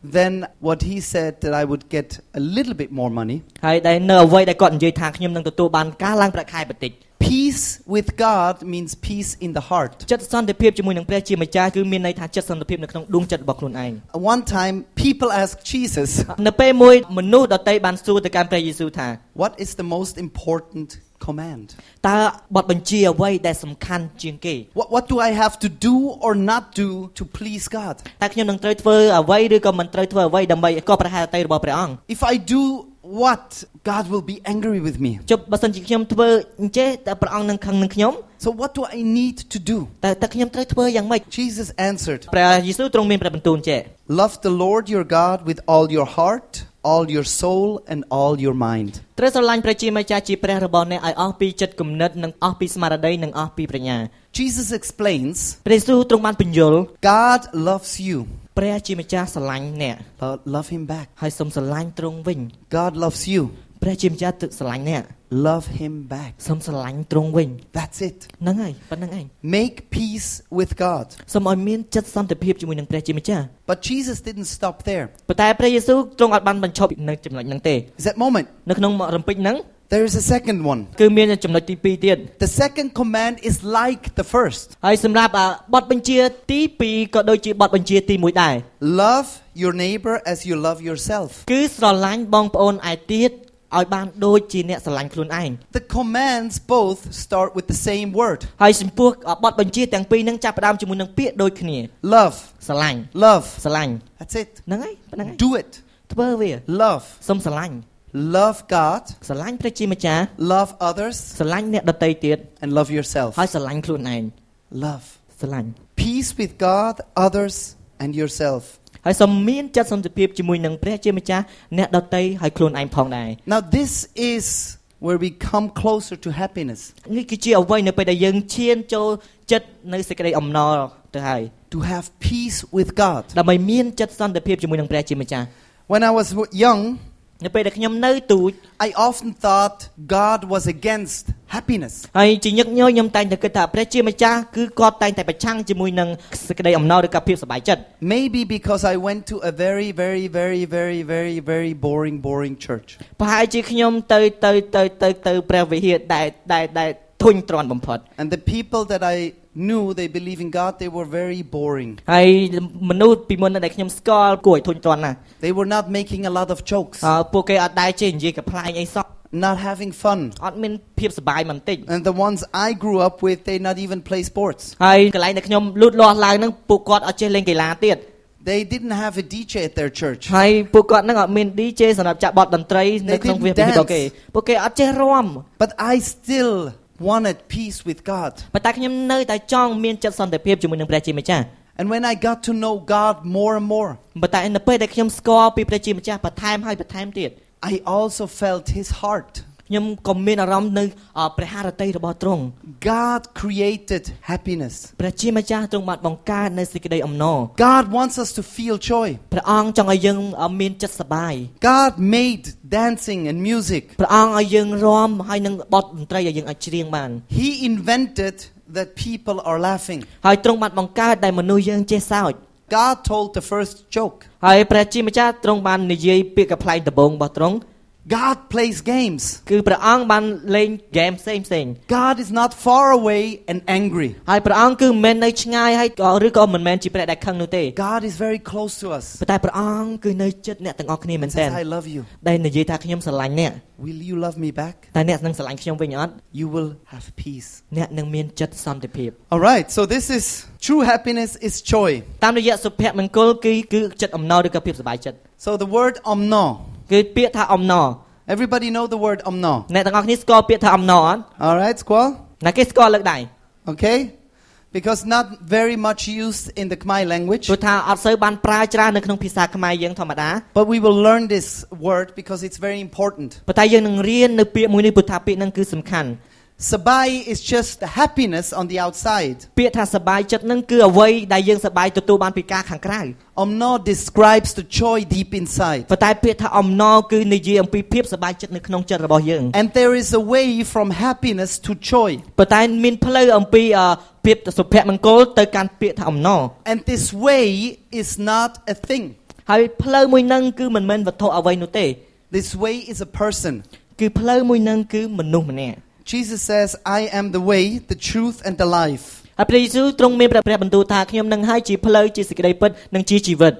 [SPEAKER 1] than what he said that I would get a little bit more money.
[SPEAKER 2] ហើយដែលនៅអ្វីដែលគាត់និយាយថាខ្ញុំនឹងទទួលបានការឡើងប្រាក់ខែបន្តិច
[SPEAKER 1] Peace with God means peace in the heart.
[SPEAKER 2] ចិត្តសន្តិភាពជាមួយនឹងព្រះជាម្ចាស់គឺមានន័យថាចិត្តសន្តិភាពនៅក្នុងដួងចិត្តរបស់ខ្លួនឯង
[SPEAKER 1] One time, people asked Jesus,
[SPEAKER 2] នៅពេលមួយមនុស្សដតីបានសួរទៅកាន់ព្រះយេស៊ូវថា
[SPEAKER 1] What is the most important command?
[SPEAKER 2] តើបទបញ្ជាអ្វីដែលសំខាន់ជាងគេ
[SPEAKER 1] What, what do I have to do or not do to please God?
[SPEAKER 2] តើខ្ញុំនឹងត្រូវធ្វើអ្វីឬក៏មិនត្រូវធ្វើអ្វីដើម្បីឲ្យក៏ប្រហែលតីរបស់ព្រះអង្គ
[SPEAKER 1] If I do what, God will be angry with me.
[SPEAKER 2] ចុះបើសិនជាខ្ញុំធ្វើអញ្ចេះតើព្រះអង្គនឹងខឹងនឹងខ្ញុំ
[SPEAKER 1] So, what do I need to do?
[SPEAKER 2] តើតើខ្ញុំត្រូវធ្វើយ៉ាងម៉េច
[SPEAKER 1] Jesus answered,
[SPEAKER 2] ព្រះយេស៊ូវទ្រង់មានព្រះបន្ទូលចេះ
[SPEAKER 1] Love the Lord your God with all your heart, all your soul, and all your mind.
[SPEAKER 2] ត្រូវស្រឡាញ់ព្រះជាម្ចាស់ជាព្រះរបស់អ្នកឲ្យអស់ពីចិត្តគំនិតនិងអស់ពីស្មារតីនិងអស់ពីប្រាជ្ញា
[SPEAKER 1] Jesus explains,
[SPEAKER 2] ព្រះយេស៊ូវទ្រង់បានបញ្យល់
[SPEAKER 1] God loves you,
[SPEAKER 2] ព្រះជាម្ចាស់ស្រឡាញ់អ្នក
[SPEAKER 1] but love him back.
[SPEAKER 2] ហើយសូមស្រឡាញ់ទ្រង់វិញ
[SPEAKER 1] God loves you,
[SPEAKER 2] ព្រះជាម្ចាស់ទឹកស្រឡាញ់អ្នក
[SPEAKER 1] love him back.
[SPEAKER 2] សូមស្រឡាញ់ទ្រង់វិញ
[SPEAKER 1] That's it.
[SPEAKER 2] ហ្នឹងហើយប៉ុណ្្នឹងឯង
[SPEAKER 1] Make peace with God.
[SPEAKER 2] សូមឲ្យមានចិត្តសន្តិភាពជាមួយនឹងព្រះជាម្ចាស់
[SPEAKER 1] But Jesus didn't stop there.
[SPEAKER 2] ប៉ុន្តែព្រះយេស៊ូវទ្រង់អត់បានបញ្ឈប់នៅចំណុចហ្នឹងទេ
[SPEAKER 1] Is that moment?
[SPEAKER 2] នៅក្នុងរំពេចហ្នឹង
[SPEAKER 1] There is a second one.
[SPEAKER 2] គឺមានចំណុចទី2ទៀត
[SPEAKER 1] The second command is like the first.
[SPEAKER 2] ហើយសម្រាប់អាបទបញ្ជាទី2ក៏ដូចជាបទបញ្ជាទី1ដែរ
[SPEAKER 1] Love your neighbor as you love yourself.
[SPEAKER 2] គឺស្រឡាញ់បងប្អូនឯទៀតឲ្យបានដូចជាអ្នកស្រឡាញ់ខ្លួនឯង
[SPEAKER 1] The commands both start with the same word.
[SPEAKER 2] ហើយចំពោះបទបញ្ជាទាំងពីរហ្នឹងចាប់ផ្ដើមជាមួយនឹងពាក្យដូចគ្នា
[SPEAKER 1] Love.
[SPEAKER 2] ស្រឡាញ់
[SPEAKER 1] Love.
[SPEAKER 2] ស្រឡាញ់
[SPEAKER 1] That's it.
[SPEAKER 2] ហ្នឹងហើយប៉ុណ្ហ្នឹងហើយ
[SPEAKER 1] Do it.
[SPEAKER 2] ធ្វើវា
[SPEAKER 1] Love.
[SPEAKER 2] សូមស្រឡាញ់
[SPEAKER 1] Love God,
[SPEAKER 2] ស្រឡាញ់ព្រះជាម្ចាស់
[SPEAKER 1] love others,
[SPEAKER 2] ស្រឡាញ់អ្នកដតីទៀត
[SPEAKER 1] and love yourself.
[SPEAKER 2] ហើយស្រឡាញ់ខ្លួនឯង
[SPEAKER 1] Love.
[SPEAKER 2] ស្រឡាញ់
[SPEAKER 1] Peace with God, others, and yourself.
[SPEAKER 2] ហើយសូមមានចិត្តសន្តិភាពជាមួយនឹងព្រះជាម្ចាស់អ្នកដតីហើយខ្លួនឯងផងដែរ
[SPEAKER 1] Now, this is where we come closer to happiness
[SPEAKER 2] នេះគឺជាអ្វីនៅពេលដែលយើងឈានចូលចិត្តនៅសេចក្តីអំណរទៅហើយ
[SPEAKER 1] to have peace with God.
[SPEAKER 2] ដើម្បីមានចិត្តសន្តិភាពជាមួយនឹងព្រះជាម្ចាស់
[SPEAKER 1] When I was w- young,
[SPEAKER 2] នៅពេលដែលខ្ញុំនៅទូច
[SPEAKER 1] I often thought God was against happiness.
[SPEAKER 2] ហើយជាញឹកញយខ្ញុំតែងតែគិតថាព្រះជាម្ចាស់គឺគាត់តែងតែប្រឆាំងជាមួយនឹងសេចក្តីអំណរឬក៏ភាពសប្បាយចិត្ត
[SPEAKER 1] Maybe because I went to a very, very, very, very, very, very boring, boring church.
[SPEAKER 2] ប្រហែលជាខ្ញុំទៅទៅទៅទៅទៅព្រះវិហារដែលដែលដែលធុញទ្រាន់បំផុត
[SPEAKER 1] And the people that I knew, they believe in God, they were very boring.
[SPEAKER 2] ហើយមនុស្សពីមុននៅដែលខ្ញុំស្គាល់គួរឲ្យធុញទ្រាន់ណាស់
[SPEAKER 1] They were not making a lot of jokes,
[SPEAKER 2] អើពួកគេអត់ដែរចេះនិយាយកផ្លែងអីសោះ
[SPEAKER 1] not having fun.
[SPEAKER 2] អត់មានភាពសប្បាយមិនតិច
[SPEAKER 1] And the ones I grew up with, they not even play sports.
[SPEAKER 2] ហើយកន្លែងដែលខ្ញុំលូតលាស់ឡើងហ្នឹងពួកគាត់អត់ចេះលេងកីឡាទៀត
[SPEAKER 1] They didn't have a DJ at their church.
[SPEAKER 2] ហើយពួកគាត់ហ្នឹងអត់មាន DJ សម្រាប់ចាក់បទតន្ត្រីនៅ
[SPEAKER 1] They
[SPEAKER 2] ក្នុង
[SPEAKER 1] didn't
[SPEAKER 2] វាពី
[SPEAKER 1] dance.
[SPEAKER 2] របស់គេពួកគេអត់ចេះរាំ
[SPEAKER 1] But I still wanted peace with God.
[SPEAKER 2] ប៉ុន្តែខ្ញុំនៅតែចង់មានចិត្តសន្តិភាពជាមួយនឹងព្រះជាម្ចាស់
[SPEAKER 1] And when I got to know God more and more,
[SPEAKER 2] ប៉ុន្តែនៅពេលដែលខ្ញុំស្គាល់ពីព្រះជាម្ចាស់បន្ថែមហើយបន្ថែមទៀត
[SPEAKER 1] I also felt his heart.
[SPEAKER 2] ខ្ញុំក៏មានអារម្មណ៍នៅអព្រះハរតីរបស់ទ្រង់
[SPEAKER 1] God created happiness.
[SPEAKER 2] ព្រះជាម្ចាស់ទ្រង់បានបង្កើតនៅសេចក្តីអំណរ
[SPEAKER 1] God wants us to feel joy.
[SPEAKER 2] ព្រះអង្គចង់ឲ្យយើងអមានចិត្តសប្បាយ
[SPEAKER 1] God made dancing and music.
[SPEAKER 2] ព្រះអង្គឲ្យយើងរាំហើយនឹងបទតន្ត្រីឲ្យយើងអាចច្រៀងបាន
[SPEAKER 1] He invented that people are laughing.
[SPEAKER 2] ហើយទ្រង់បានបង្កើតដែលមនុស្សយើងចេះសើច
[SPEAKER 1] God told the first joke.
[SPEAKER 2] ហើយព្រះជាម្ចាស់ទ្រង់បាននិយាយពាក្យកប្លែងដំបងរបស់ទ្រង់
[SPEAKER 1] God plays games.
[SPEAKER 2] គឺព្រះអង្គបានលេងហ្គេមផ្សេងផ្សេង
[SPEAKER 1] God is not far away and angry.
[SPEAKER 2] ហើយព្រះអង្គគឺមិនមែននៅឆ្ងាយហើយក៏ឬក៏មិនមែនជាព្រះដែលខឹងនោះទេ
[SPEAKER 1] God is very close to us.
[SPEAKER 2] ប៉ុន្តែព្រះអង្គគឺនៅចិត្តអ្នកទាំងអស់គ្នាមែនទែន
[SPEAKER 1] Says, I love you.
[SPEAKER 2] ដែលនិយាយថាខ្ញុំស្រឡាញ់អ្នក
[SPEAKER 1] Will you love me back?
[SPEAKER 2] តែអ្នកនឹងស្រឡាញ់ខ្ញុំវិញអត់
[SPEAKER 1] You will have peace.
[SPEAKER 2] អ្នកនឹងមានចិត្តសន្តិភាព
[SPEAKER 1] All right, so this is true happiness is joy.
[SPEAKER 2] តាមរយៈសុភមង្គលគឺគឺចិត្តអំណរឬក៏ភាពសប្បាយចិត្ត
[SPEAKER 1] So the word omno.
[SPEAKER 2] គឺពាក្យថាអំណរ
[SPEAKER 1] Everybody know the word omno.
[SPEAKER 2] អ្នកទាំងអស់គ្នាស្គាល់ពាក្យថាអំណរអត់
[SPEAKER 1] All right, squall?
[SPEAKER 2] ណាគេស្គាល់លើកដៃ
[SPEAKER 1] Okay? Because not very much used in the Khmer language.
[SPEAKER 2] ព្រោះថាអត់សូវបានប្រើច្រើននៅក្នុងភាសាខ្មែរយើងធម្មតា
[SPEAKER 1] But we will learn this word because it's very important.
[SPEAKER 2] ប៉ុន្តែយើងនឹងរៀននៅពាក្យមួយនេះព្រោះថាពាក្យហ្នឹងគឺសំខាន់
[SPEAKER 1] Sabai is just the happiness on the outside.
[SPEAKER 2] ពាក្យថាសប្បាយចិត្តហ្នឹងគឺអ្វីដែលយើងសប្បាយទទួលបានពីការខាងក្រៅ
[SPEAKER 1] Omno describes the joy deep inside.
[SPEAKER 2] ប៉ុន្តែពាក្យថាអំណរគឺនិយាយអំពីភាពសប្បាយចិត្តនៅក្នុងចិត្តរបស់យើង
[SPEAKER 1] And there is a way from happiness to joy.
[SPEAKER 2] ប៉ុន្តែមានផ្លូវអំពីអឺភាពសុភមង្គលទៅកាន់ពាក្យថាអំណរ
[SPEAKER 1] And this way is not a thing.
[SPEAKER 2] ហើយផ្លូវមួយហ្នឹងគឺមិនមែនវត្ថុអ្វីនោះទេ
[SPEAKER 1] This way is a person.
[SPEAKER 2] គឺផ្លូវមួយហ្នឹងគឺមនុស្សម្នាក់
[SPEAKER 1] Jesus says, I am the way, the truth, and the life.
[SPEAKER 2] ហើយព្រះយេស៊ូវទ្រង់មានព្រះព្រះបន្ទូលថាខ្ញុំនឹងហើយជាផ្លូវជាសេចក្តីពិតនិងជាជីវិត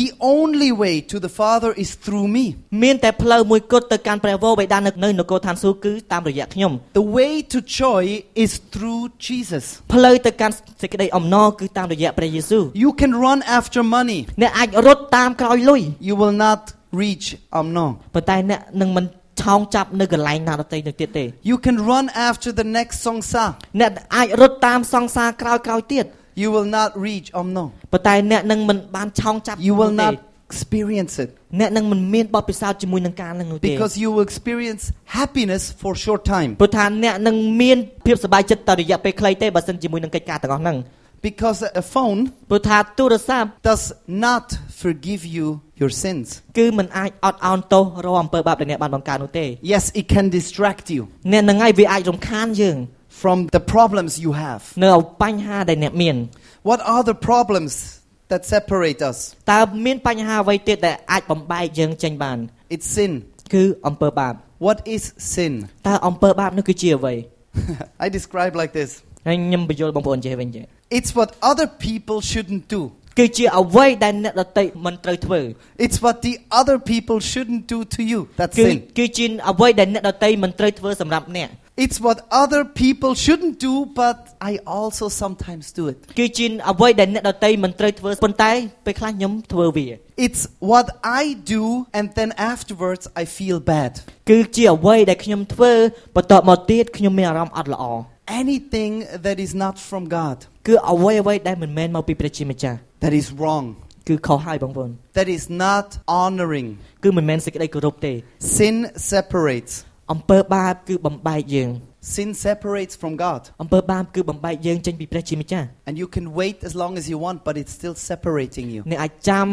[SPEAKER 1] The only way to the Father is through me.
[SPEAKER 2] មានតែផ្លូវមួយគត់ទៅកាន់ព្រះវរបិតានៅនៅនគរឋានសួគ៌គឺតាមរយៈខ្ញុំ
[SPEAKER 1] The way to joy is through Jesus.
[SPEAKER 2] ផ្លូវទៅកាន់សេចក្តីអំណរគឺតាមរយៈព្រះយេស៊ូវ
[SPEAKER 1] You can run after money,
[SPEAKER 2] អ្នកអាចរត់តាមក្រោយលុយ
[SPEAKER 1] you will not reach Omno.
[SPEAKER 2] ប៉ុន្តែអ្នកនឹងមិនឆោងចាប់នៅកន្លែងណាដទៃនោះទៀតទេ
[SPEAKER 1] You can run after the next songsa,
[SPEAKER 2] អ្នកអាចរត់តាមសង្សារក្រោយក្រោយៗទៀត
[SPEAKER 1] you will not reach Omno.
[SPEAKER 2] ប៉ុន្តែអ្នកនឹងមិនបានឆោងចាប់
[SPEAKER 1] You will
[SPEAKER 2] នោះ
[SPEAKER 1] not
[SPEAKER 2] ទេ
[SPEAKER 1] experience it
[SPEAKER 2] អ្នកនឹងមិនមានបទពិសោធន៍ជាមួយនឹងការនឹងនោះទេ
[SPEAKER 1] because you will experience happiness for short time.
[SPEAKER 2] ព្រោះថាអ្នកនឹងមានភាពសប្បាយចិត្តតាមរយៈពេលខ្លីទេបើសិនជាមួយនឹងកិច្ចការទាំងអស់ហ្នឹង
[SPEAKER 1] Because a phone
[SPEAKER 2] ព្រោះថាទូរស័ព្ទ
[SPEAKER 1] does not forgive you your sins.
[SPEAKER 2] គឺมันអាចអត់អោនទោសរអំពើបាបដែលអ្នកបានបង្កើតនោះទេ
[SPEAKER 1] Yes, it can distract you
[SPEAKER 2] អ្នកហ្នឹងឯងវាអាចរំខានយើង
[SPEAKER 1] from the problems you have.
[SPEAKER 2] នៅបញ្ហាដែលអ្នកមាន
[SPEAKER 1] What are the problems that separate us?
[SPEAKER 2] តើមានបញ្ហាអ្វីទៀតដែលអាចបំបែកយើងចេញបាន
[SPEAKER 1] It's sin.
[SPEAKER 2] គឺអំពើបាប
[SPEAKER 1] What is sin?
[SPEAKER 2] តើអំពើបាបនោះគឺជាអ្វី
[SPEAKER 1] I describe like this.
[SPEAKER 2] ហើយខ្ញុំបញ្យល់បងប្អូនចេះវិញចេះ
[SPEAKER 1] It's what other people shouldn't do.
[SPEAKER 2] គឺជាអ្វីដែលអ្នកដតីមិនត្រូវធ្វើ
[SPEAKER 1] It's what the other people shouldn't do to you. That's
[SPEAKER 2] គឺ
[SPEAKER 1] sin.
[SPEAKER 2] គឺជាអ្វីដែលអ្នកដតីមិនត្រូវធ្វើសម្រាប់អ្នក
[SPEAKER 1] It's what other people shouldn't do, but I also sometimes do it.
[SPEAKER 2] គឺជាអ្វីដែលអ្នកដតីមិនត្រូវធ្វើប៉ុន្តែពេលខ្លះខ្ញុំធ្វើវា
[SPEAKER 1] It's what I do, and then afterwards I feel bad.
[SPEAKER 2] គឺជាអ្វីដែលខ្ញុំធ្វើបន្ទាប់មកទៀតខ្ញុំមានអារម្មណ៍អត់ល្អ
[SPEAKER 1] Anything that is not from God,
[SPEAKER 2] គឺអ្វីអ្វីដែលមិនមែនមកពីព្រះជាម្ចាស់
[SPEAKER 1] that is wrong,
[SPEAKER 2] គឺខុសហើយបងប្អូន
[SPEAKER 1] that is not honoring.
[SPEAKER 2] គឺមិនមែនសេចក្តីគោរពទេ
[SPEAKER 1] Sin separates.
[SPEAKER 2] អំពើបាបគឺបំបែកយើង
[SPEAKER 1] Sin separates from God.
[SPEAKER 2] អំពើបាបគឺបំបែកយើងចេញពីព្រះជាម្ចាស់
[SPEAKER 1] And you can wait as long as you want, but it's still separating you.
[SPEAKER 2] អ្នកអាចចាំ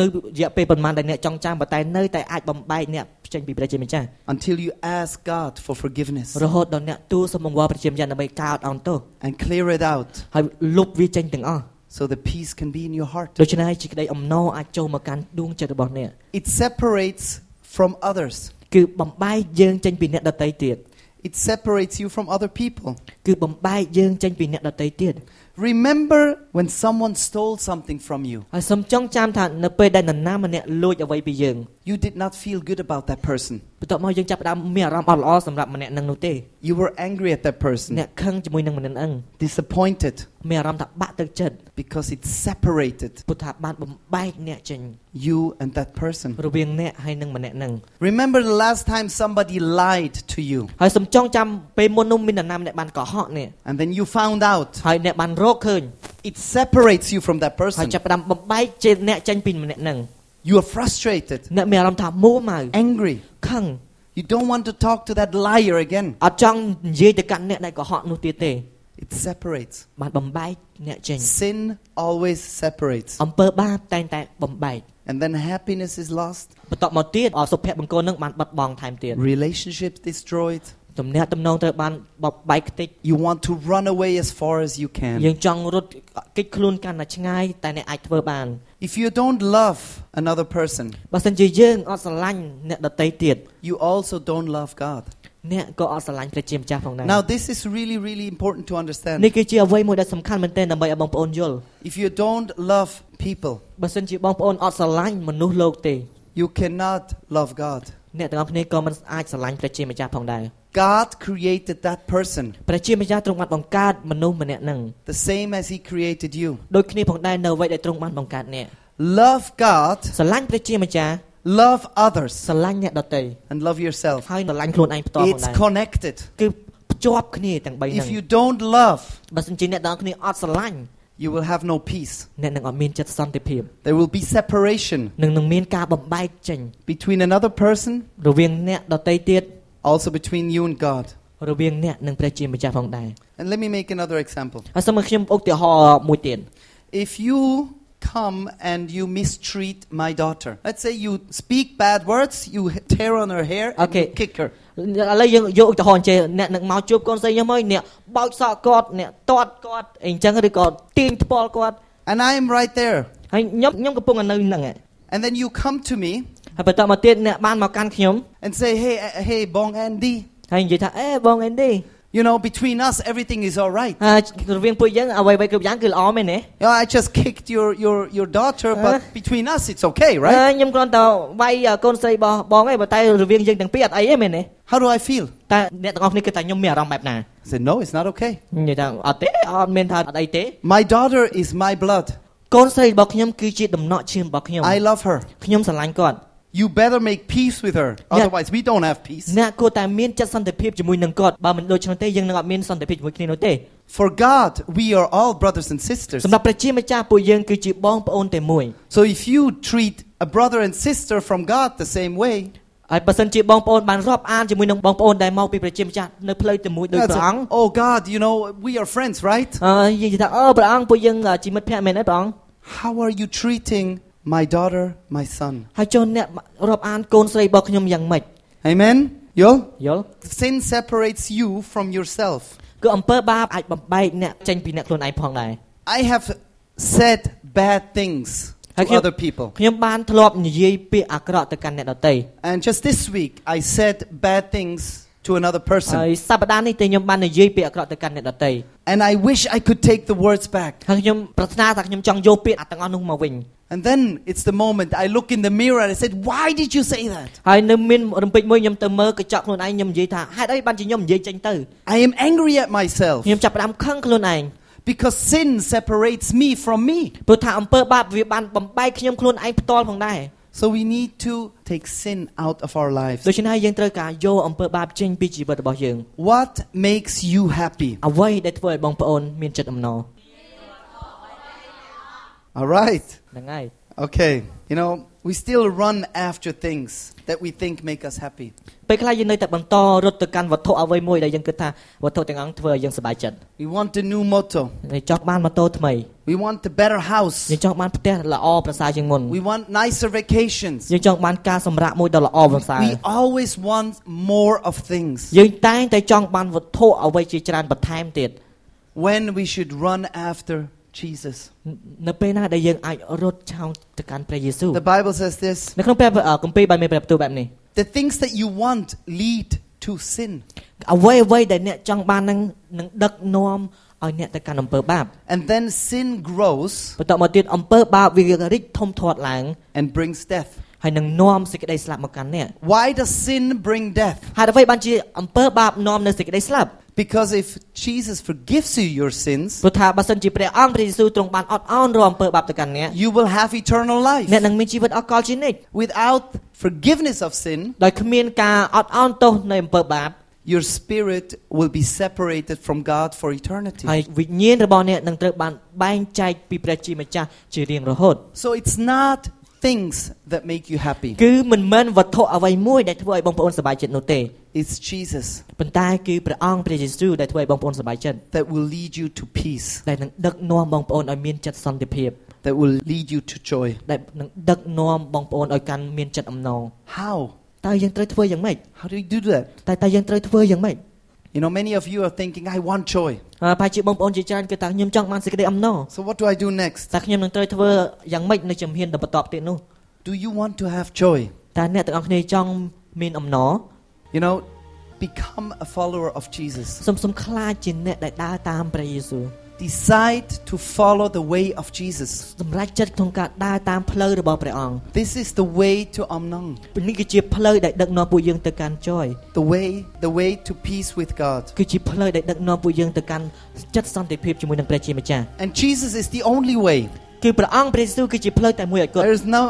[SPEAKER 2] នៅរយៈពេលប្រហែលដែលអ្នកចង់ចាំប៉ុន្តែនៅតែអាចបំបែកអ្នកចេញពីព្រះជាម្ចាស់
[SPEAKER 1] Until you ask God for forgiveness
[SPEAKER 2] រហូតដល់អ្នកទូលសូមបង្វល់ព្រះជាម្ចាស់ដើម្បីការអត់អន់ទោស
[SPEAKER 1] and clear it out
[SPEAKER 2] ហើយលុបវាចេញទាំងអស់
[SPEAKER 1] so the peace can be in your heart.
[SPEAKER 2] ដូច្នេះជាក្តីអំណរអាចចូលមកកាន់ដួងចិត្តរបស់អ្នក
[SPEAKER 1] It separates from others,
[SPEAKER 2] គឺបំបែកយើងចេញពីអ្នកដតីទៀត
[SPEAKER 1] it separates you from other people.
[SPEAKER 2] គឺបំបែកយើងចេញពីអ្នកដតីទៀត
[SPEAKER 1] Remember when someone stole something from you,
[SPEAKER 2] ហើយសូមចង់ចាំថានៅពេលដែលនរណាម្នាក់លួចអ្វីពីយើង
[SPEAKER 1] you did not feel good about that person.
[SPEAKER 2] បន្ទាប់មកយើងចាប់ផ្ដើមមានអារម្មណ៍អត់ល្អសម្រាប់ម្នាក់នឹងនោះទេ
[SPEAKER 1] You were angry at that person,
[SPEAKER 2] អ្នកខឹងជាមួយនឹងម្នាក់នឹង
[SPEAKER 1] disappointed,
[SPEAKER 2] មានអារម្មណ៍ថាបាក់ទឹកចិត្ត
[SPEAKER 1] because it separated
[SPEAKER 2] ពុទ្ធថាបានបំបែកអ្នកចេញ
[SPEAKER 1] you and that person.
[SPEAKER 2] រវាងអ្នកហើយនឹងម្នាក់នឹង
[SPEAKER 1] Remember the last time somebody lied to you,
[SPEAKER 2] ហើយសូមចង់ចាំពេលមុននោះមាននរណាម្នាក់បានកុហកអ្នក
[SPEAKER 1] and then you found out.
[SPEAKER 2] ហើយអ្នកបានរកឃើញ
[SPEAKER 1] It separates you from that
[SPEAKER 2] ហើយ
[SPEAKER 1] person.
[SPEAKER 2] ចាប់ផ្ដើមបំបែកចេញអ្នកចេញពីម្នាក់នឹង
[SPEAKER 1] You are frustrated,
[SPEAKER 2] អ្នកមានអារម្មណ៍ថាមួម៉ៅ
[SPEAKER 1] angry.
[SPEAKER 2] ខឹង
[SPEAKER 1] You don't want to talk to that liar again.
[SPEAKER 2] អត់ចង់និយាយទៅកាន់អ្នកដែលកុហកនោះទៀតទេ
[SPEAKER 1] It separates.
[SPEAKER 2] បានបំបែកអ្នកចេញ
[SPEAKER 1] Sin always separates.
[SPEAKER 2] អំពើបាបតែងតែបំបែក
[SPEAKER 1] And then happiness is lost,
[SPEAKER 2] បន្ទាប់មកទៀតអសុភមង្គលនឹងបានបាត់បង់ថែមទៀត
[SPEAKER 1] relationships destroyed,
[SPEAKER 2] ទ ទំនាក់ទំនងត្រូវបានបបបែកខ្ទេច
[SPEAKER 1] You want to run away as far as you
[SPEAKER 2] យើ
[SPEAKER 1] can.
[SPEAKER 2] ងចង់រត់គេចខ្លួនកាន់តែឆ្ងាយតែអ្នកអាចធ្វើបាន
[SPEAKER 1] If you don't love another person,
[SPEAKER 2] បើសិនជាយើងអត់ស្រឡាញ់អ្នកដតីទៀត
[SPEAKER 1] you also don't love God.
[SPEAKER 2] អ្នកក៏អត់ស្រឡាញ់ព្រះជាម្ចាស់ផងដែរ
[SPEAKER 1] Now, this is really, really important to
[SPEAKER 2] នេះ
[SPEAKER 1] understand.
[SPEAKER 2] គឺជាអ្វីមួយដែលសំខាន់មែនទែនដើម្បីឲ្យបងប្អូនយល់
[SPEAKER 1] If you don't love people,
[SPEAKER 2] បើសិនជាបងប្អូនអត់ស្រឡាញ់មនុស្សលោកទេ
[SPEAKER 1] you cannot love God.
[SPEAKER 2] អ្នកទាំងអស់គ្នាក៏មិនអាចស្រឡាញ់ព្រះជាម្ចាស់ផងដែរ
[SPEAKER 1] God created that person
[SPEAKER 2] ព្រះជាម្ចាស់ទ្រង់បានបង្កើតមនុស្សម្នាក់នឹង
[SPEAKER 1] the same as He created you.
[SPEAKER 2] ដូចគ្នាផងដែរនៅអ្វីដែលទ្រង់បានបង្កើតអ្នក
[SPEAKER 1] Love God,
[SPEAKER 2] ស្រឡាញ់ព្រះជាម្ចាស់
[SPEAKER 1] love others,
[SPEAKER 2] ស្រឡាញ់អ្នកដតី
[SPEAKER 1] and love yourself.
[SPEAKER 2] ហើយស្រឡាញ់ខ្លួនឯងផ្ទាល់ផង
[SPEAKER 1] It's
[SPEAKER 2] ដែរ
[SPEAKER 1] connected.
[SPEAKER 2] គឺភ្ជាប់គ្នាទាំង3ហ្នឹង
[SPEAKER 1] If you don't love,
[SPEAKER 2] បើសិនជាអ្នកទាំងអស់គ្នាអត់ស្រឡាញ់
[SPEAKER 1] you will have no peace.
[SPEAKER 2] អ្នកនឹងអត់មានចិត្តសន្តិភាព
[SPEAKER 1] There will be separation
[SPEAKER 2] នឹងនឹងមានការបំបែកចេញ
[SPEAKER 1] between another person,
[SPEAKER 2] រវាងអ្នកដតីទៀត
[SPEAKER 1] also between you and God.
[SPEAKER 2] រវាងអ្នកនិងព្រះជាម្ចាស់ផងដែរ
[SPEAKER 1] And let me make another example.
[SPEAKER 2] ហើយសូមឲ្យខ្ញុំឧទាហរណ៍មួយទៀត
[SPEAKER 1] If you come and you mistreat my daughter, let's say you speak bad words, you h- tear on her hair, and
[SPEAKER 2] Okay.
[SPEAKER 1] you kick her.
[SPEAKER 2] ឥឡូវយើងយកឧទាហរណ៍ចេះអ្នកនឹងមកជួបកូនស្រីខ្ញុំហើយអ្នកបោចសក់គាត់អ្នកតាត់គាត់អីចឹងឬក៏ទាញថ្ពាល់គាត់
[SPEAKER 1] And I am right there.
[SPEAKER 2] ហើយខ្ញុំខ្ញុំកំពុងនៅហ្នឹងឯង
[SPEAKER 1] And then you come to me
[SPEAKER 2] ហើយបន្តមកទៀតអ្នកបានមកកាន់ខ្ញុំ
[SPEAKER 1] and say, hey, uh, hey, Bong Andy,
[SPEAKER 2] ហើយនិយាយថាអេបងអេនឌី
[SPEAKER 1] you know, between us, everything is all right.
[SPEAKER 2] អឺរវាងពួកយើងអ្វីៗគ្រប់យ៉ាងគឺល្អមែនទេ
[SPEAKER 1] You know, I just kicked your, your, your daughter, but
[SPEAKER 2] Uh.
[SPEAKER 1] between us, it's okay,
[SPEAKER 2] អឺ
[SPEAKER 1] right?
[SPEAKER 2] ខ្ញុំគ្រាន់តែវាយអ่ะកូនស្រីរបស់បងឯងបើតែរវាងយើងទាំងពីរអត់អីទេមែនទេ
[SPEAKER 1] How do I feel?
[SPEAKER 2] តែអ្នកទាំងអស់គ្នាគិតថាខ្ញុំមានអារម្មណ៍បែបណា
[SPEAKER 1] I said, no, it's not okay.
[SPEAKER 2] និយាយថាអត់ទេអត់មានថាអត់អីទេ
[SPEAKER 1] My daughter is my blood.
[SPEAKER 2] កូនស្រីរបស់ខ្ញុំគឺជាដំណក់ឈាមរបស់ខ្ញុំ
[SPEAKER 1] I love her.
[SPEAKER 2] ខ្ញុំស្រឡាញ់គាត់
[SPEAKER 1] You better make peace with her. Otherwise, we don't have peace.
[SPEAKER 2] អ្នកគួរតែមានចិត្តសន្តិភាពជាមួយនឹងគាត់បើមិនដូច្នោះទេយើងនឹងអត់មានសន្តិភាពជាមួយគ្នានោះទេ
[SPEAKER 1] For God, we are all brothers and sisters.
[SPEAKER 2] សម្រាប់ព្រះជាម្ចាស់ពួកយើងគឺជាបងប្អូនតែមួយ
[SPEAKER 1] So if you treat a brother and sister from God the same way,
[SPEAKER 2] ហើយបើសិនជាបងប្អូនបានរាប់អានជាមួយនឹងបងប្អូនដែលមកពីព្រះជាម្ចាស់នៅផ្លូវតែមួយដោយ
[SPEAKER 1] that's
[SPEAKER 2] ព្រះអង្គ
[SPEAKER 1] a, oh God, you know, we are friends, right?
[SPEAKER 2] អឺយើងនិយាយថាអឺព្រះអង្គពួកយើងអ่ะជាមិត្តភក្តិមែនទេព្រះអង្គ
[SPEAKER 1] How are you treating my daughter, my son?
[SPEAKER 2] ហើយចុះអ្នករាប់អានកូនស្រីរបស់ខ្ញុំយ៉ាងម៉េច
[SPEAKER 1] Amen? Yo?
[SPEAKER 2] យល់
[SPEAKER 1] Sin separates you from yourself.
[SPEAKER 2] គឺអំពើបាបអាចបំបែកអ្នកចេញពីអ្នកខ្លួនឯងផងដែរ
[SPEAKER 1] I have said bad things to
[SPEAKER 2] Okay.
[SPEAKER 1] other people.
[SPEAKER 2] ខ្ញុំបានធ្លាប់និយាយពាក្យអាក្រក់ទៅកាន់អ្នកដទៃ
[SPEAKER 1] And just this week, I said bad things to another
[SPEAKER 2] ហើយ
[SPEAKER 1] person.
[SPEAKER 2] សប្តាហ៍នេះទេខ្ញុំបាននិយាយពាក្យអាក្រក់ទៅកាន់អ្នកដទៃ
[SPEAKER 1] And I wish I could take the words back.
[SPEAKER 2] ហើយខ្ញុំប្រាថ្នាថាខ្ញុំចង់យកពាក្យអាទាំងអស់នោះមកវិញ
[SPEAKER 1] And then it's the moment I look in the mirror and I said, Why did you say that?
[SPEAKER 2] ហើយនៅមានរំពេចមួយខ្ញុំទៅមើលកញ្ចក់ខ្លួនឯងខ្ញុំនិយាយថាហេតុអីបានជាខ្ញុំនិយាយចេញទៅ
[SPEAKER 1] I am angry at myself
[SPEAKER 2] ខ្ញុំចាប់ផ្ដើមខឹងខ្លួនឯង
[SPEAKER 1] because sin separates me from me.
[SPEAKER 2] ព្រោះថាអំពើបាបវាបានបំបែកខ្ញុំខ្លួនឯងផ្ទាល់ផងដែរ
[SPEAKER 1] So we need to take sin out of our lives.
[SPEAKER 2] ដូច្នេះហើយយើងត្រូវការយកអំពើបាបចេញពីជីវិតរបស់យើង
[SPEAKER 1] What makes you happy?
[SPEAKER 2] អ្វីដែលធ្វើឲ្យបងប្អូនមានចិត្តអំណរ
[SPEAKER 1] All right.
[SPEAKER 2] ហ្នឹងហើយ
[SPEAKER 1] Okay. You know, we still run after things that we think make us happy.
[SPEAKER 2] ពេលខ្លះយើងនៅតែបន្តរត់ទៅកាន់វត្ថុអ្វីមួយដែលយើងគិតថាវត្ថុទាំងអង្គធ្វើឲ្យយើងសប្បាយចិត្ត
[SPEAKER 1] We want a new motto.
[SPEAKER 2] យើងចង់បានម៉ូតូថ្មី
[SPEAKER 1] We want a better house.
[SPEAKER 2] យើងចង់បានផ្ទះល្អប្រសើរជាងមុន
[SPEAKER 1] We want nicer vacations.
[SPEAKER 2] យើងចង់បានការសម្រាកមួយដ៏ល្អប្រសើរ
[SPEAKER 1] We always want more of things
[SPEAKER 2] យើងតែងតែចង់បានវត្ថុអ្វីជាច្រើនបន្ថែមទៀត
[SPEAKER 1] when we should run after Jesus.
[SPEAKER 2] នៅពេលណាដែលយើងអាចរត់ឆោតទៅកាន់ព្រះយេស៊ូវ
[SPEAKER 1] The Bible says this
[SPEAKER 2] នៅក្នុងព្រះអឺគម្ពីរបានមានព្រះបន្ទូលបែបនេះ
[SPEAKER 1] the things that you want lead to sin,
[SPEAKER 2] អ្វីអ្វីដែលអ្នកចង់បានហ្នឹងនឹងដឹកនាំឲ្យអ្នកទៅកាន់អំពើបាប
[SPEAKER 1] and then sin grows
[SPEAKER 2] បន្តមកទៀតអំពើបាបវារីកធំធាត់ឡើង
[SPEAKER 1] and brings death.
[SPEAKER 2] ហើយនឹងនាំសេចក្តីស្លាប់មកកាន់អ្នក
[SPEAKER 1] Why does sin bring death?
[SPEAKER 2] ហើយអ្វីបានជាអំពើបាបនាំនៅសេចក្តីស្លាប់
[SPEAKER 1] Because if Jesus forgives you your sins,
[SPEAKER 2] ព្រោះថាបើសិនជាព្រះអង្គព្រះយេស៊ូវទ្រង់បានអត់អោនរំអំពើបាបទៅកាន់អ្នក
[SPEAKER 1] you will have eternal
[SPEAKER 2] អ្នក
[SPEAKER 1] life.
[SPEAKER 2] នឹងមានជីវិតអកលជានិច្ច
[SPEAKER 1] Without forgiveness of sin,
[SPEAKER 2] ដោយគ្មានការអត់អោនទោសនៃអំពើបាប
[SPEAKER 1] your spirit will be separated from God for eternity.
[SPEAKER 2] ហើយវិញ្ញាណរបស់អ្នកនឹងត្រូវបានបែងចែកពីព្រះជាម្ចាស់ជារៀងរហូត
[SPEAKER 1] So it's not things that make you happy.
[SPEAKER 2] គឺមិនមែនវត្ថុអ្វីមួយដែលធ្វើឲ្យបងប្អូនសប្បាយចិត្តនោះទេ
[SPEAKER 1] It's Jesus
[SPEAKER 2] ប៉ុន្តែគឺព្រះអង្គព្រះយេស៊ូវដែលធ្វើឲ្យបងប្អូនសប្បាយចិត្ត
[SPEAKER 1] that will lead you to peace,
[SPEAKER 2] ដែលនឹងដឹកនាំបងប្អូនឲ្យមានចិត្តសន្តិភាព
[SPEAKER 1] that will lead you to joy.
[SPEAKER 2] ដែលនឹងដឹកនាំបងប្អូនឲ្យកាន់មានចិត្តអំណរ
[SPEAKER 1] How?
[SPEAKER 2] តើយើងត្រូវធ្វើយ៉ាងម៉េច
[SPEAKER 1] How do you do that?
[SPEAKER 2] តែតើយើងត្រូវធ្វើយ៉ាងម៉េច
[SPEAKER 1] You know, many of you are thinking, I want joy.
[SPEAKER 2] អឺប្រហែលជាបងប្អូនជាច្រើនគេថាខ្ញុំចង់បានសេចក្តីអំណរ
[SPEAKER 1] So what do I do next?
[SPEAKER 2] តែខ្ញុំនឹងត្រូវធ្វើយ៉ាងម៉េចនៅជំហានដល់បន្ទាប់ទៀតនោះ
[SPEAKER 1] Do you want to have joy?
[SPEAKER 2] តែអ្នកទាំងអស់គ្នាចង់មានអំណរ
[SPEAKER 1] You know, become a follower of Jesus.
[SPEAKER 2] សូមសូមខ្លាចជាអ្នកដែលដើរតាមព្រះយេស៊ូវ
[SPEAKER 1] Decide to follow the way of Jesus.
[SPEAKER 2] សម្រេចចិត្តក្នុងការដើរតាមផ្លូវរបស់ព្រះអង្គ
[SPEAKER 1] This is the way to Amnon,
[SPEAKER 2] នេះគឺជាផ្លូវដែលដឹកនាំពួកយើងទៅកាន់ជ័យ
[SPEAKER 1] the way, the way to peace with God.
[SPEAKER 2] គឺជាផ្លូវដែលដឹកនាំពួកយើងទៅកាន់ចិត្តសន្តិភាពជាមួយនឹងព្រះជាម្ចាស់
[SPEAKER 1] And Jesus is the only way.
[SPEAKER 2] គឺព្រះអង្គព្រះយេស៊ូវគឺជាផ្លូវតែមួយឲ្យគត់
[SPEAKER 1] There is no,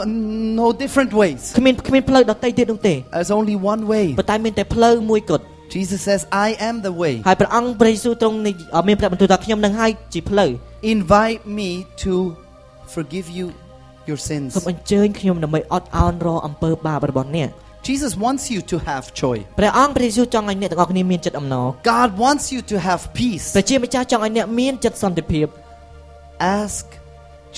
[SPEAKER 1] no different ways.
[SPEAKER 2] គ្មានគ្មានផ្លូវដទៃទៀតនោះទេ
[SPEAKER 1] There's only one way.
[SPEAKER 2] ប៉ុន្តែមានតែផ្លូវមួយគត់
[SPEAKER 1] Jesus says, I am the way.
[SPEAKER 2] ហើយព្រះអង្គព្រះយេស៊ូវទ្រង់និយាយមានព្រះបន្ទូលថាខ្ញុំនឹងឲ្យជាផ្លូវ
[SPEAKER 1] Invite me to forgive you your sins.
[SPEAKER 2] សូមអញ្ជើញខ្ញុំដើម្បីអត់ឱនរអំពើបាបរបស់អ្នក
[SPEAKER 1] Jesus wants you to have joy.
[SPEAKER 2] ព្រះអង្គព្រះយេស៊ូវចង់ឲ្យអ្នកទាំងអស់គ្នាមានចិត្តអំណរ
[SPEAKER 1] God wants you to have
[SPEAKER 2] ព្រះ
[SPEAKER 1] peace.
[SPEAKER 2] ជាម្ចាស់ចង់ឲ្យអ្នកមានចិត្តសន្តិភាព
[SPEAKER 1] Ask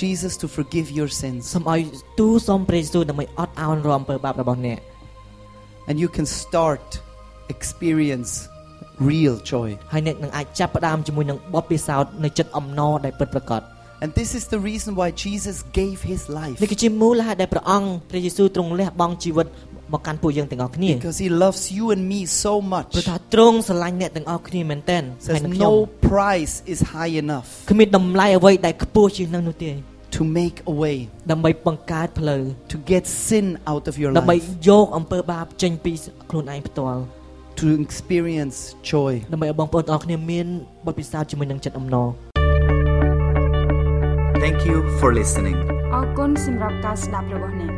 [SPEAKER 1] Jesus to forgive your sins.
[SPEAKER 2] សូមឲ្យទូលសូមព្រះយេស៊ូវដើម្បីអត់ឱនរអំពើបាបរបស់អ្នក
[SPEAKER 1] And you can start experience real joy.
[SPEAKER 2] ហើយអ្នកនឹងអាចចាប់ផ្ដើមជាមួយនឹងបទពិសោធន៍នៃចិត្តអំណរដែលពិតប្រាកដ
[SPEAKER 1] And this is the reason why Jesus gave his life.
[SPEAKER 2] នេះគឺជាមូលហេតុដែលព្រះអង្គព្រះយេស៊ូវទ្រង់លះបង់ជីវិតមកកាន់ពួកយើងទាំងអស់គ្នា
[SPEAKER 1] Because he loves you and me so much.
[SPEAKER 2] ព្រោះថាទ្រង់ស្រឡាញ់អ្នកទាំងអស់គ្នាមែនទែន
[SPEAKER 1] Says
[SPEAKER 2] នឹងខ្ញុំ
[SPEAKER 1] no price is high enough
[SPEAKER 2] គ្មានតម្លៃអ្វីដែលខ្ពស់ជាងនឹងនោះទេ
[SPEAKER 1] to make a way,
[SPEAKER 2] ដើម្បីបង្កើតផ្លូវ
[SPEAKER 1] to get sin out of your
[SPEAKER 2] ដើម្បី
[SPEAKER 1] life,
[SPEAKER 2] យកអំពើបាបចេញពីខ្លួនឯងផ្ទាល់
[SPEAKER 1] to experience joy.
[SPEAKER 2] ដើម្បីឲ្យបងប្អូនទាំងអស់គ្នាមានបទពិសោធន៍ជាមួយនឹងចិត្តអំណរ
[SPEAKER 4] Thank you for listening.
[SPEAKER 5] អរគុណសម្រាប់ការស្ដាប់របស់អ្នក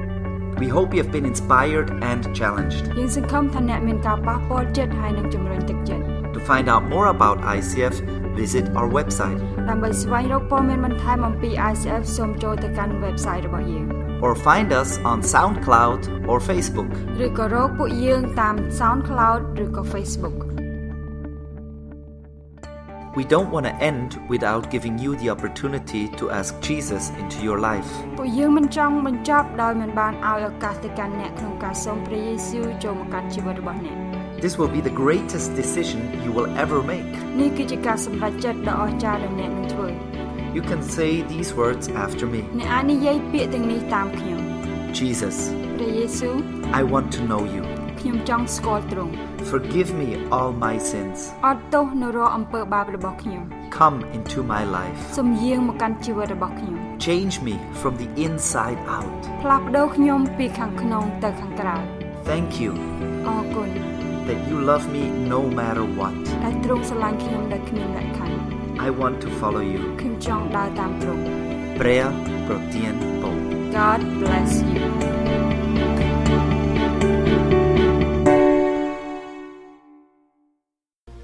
[SPEAKER 4] We hope you have been inspired and challenged.
[SPEAKER 5] យើងសង្ឃឹមថាអ្នកមានការប៉ះពាល់ចិត្តហើយនឹងជំរុញទឹកចិត្ត
[SPEAKER 4] To find out more about ICF, visit our website
[SPEAKER 5] ដើម្បីស្វែងរកព័ត៌មានបន្ថែមអំពី ICF សូមចូលទៅកាន់ website របស់យើង
[SPEAKER 4] or find us on SoundCloud or Facebook.
[SPEAKER 5] ឬក៏រកពួកយើងតាម SoundCloud ឬក៏ Facebook
[SPEAKER 4] We don't want to end without giving you the opportunity to ask Jesus into your life.
[SPEAKER 5] ពួកយើងមិនចង់បញ្ចប់ដោយមិនបានឲ្យឱកាសទៅកាន់អ្នកក្នុងការសូមព្រះយេស៊ូវចូលមកកាន់ជីវិតរបស់អ្នក
[SPEAKER 4] This will be the greatest decision you will ever make.
[SPEAKER 5] នេះគឺជាការសម្រេចចិត្តដ៏អស្ចារ្យដែលអ្នកនឹងធ្វើ
[SPEAKER 4] You can say these words after me
[SPEAKER 5] អ្នកអាចនិយាយពាក្យទាំងនេះតាមខ្ញុំ
[SPEAKER 4] Jesus,
[SPEAKER 5] ព្រះយេស៊ូវ
[SPEAKER 4] I want to know you.
[SPEAKER 5] ខ្ញុំចង់ស្គាល់ទ្រង់
[SPEAKER 4] Forgive me all my sins.
[SPEAKER 5] អត់ទោសនៅរាល់អំពើបាបរបស់ខ្ញុំ
[SPEAKER 4] Come into my life.
[SPEAKER 5] សូមយាងមកកាន់ជីវិតរបស់ខ្ញុំ
[SPEAKER 4] Change me from the inside out.
[SPEAKER 5] ផ្លាស់ប្ដូរខ្ញុំពីខាងក្នុងទៅខាងក្រៅ
[SPEAKER 4] Thank you
[SPEAKER 5] អរគុណ
[SPEAKER 4] that you love me no matter what.
[SPEAKER 5] ដែលទ្រង់ស្រឡាញ់ខ្ញុំដោយគ្មានលក្ខខណ្ឌ
[SPEAKER 4] I want to follow you.
[SPEAKER 5] ខ្ញុំចង់ដើរតាមទ្រង់
[SPEAKER 4] Prea pro tiempo.
[SPEAKER 5] God bless you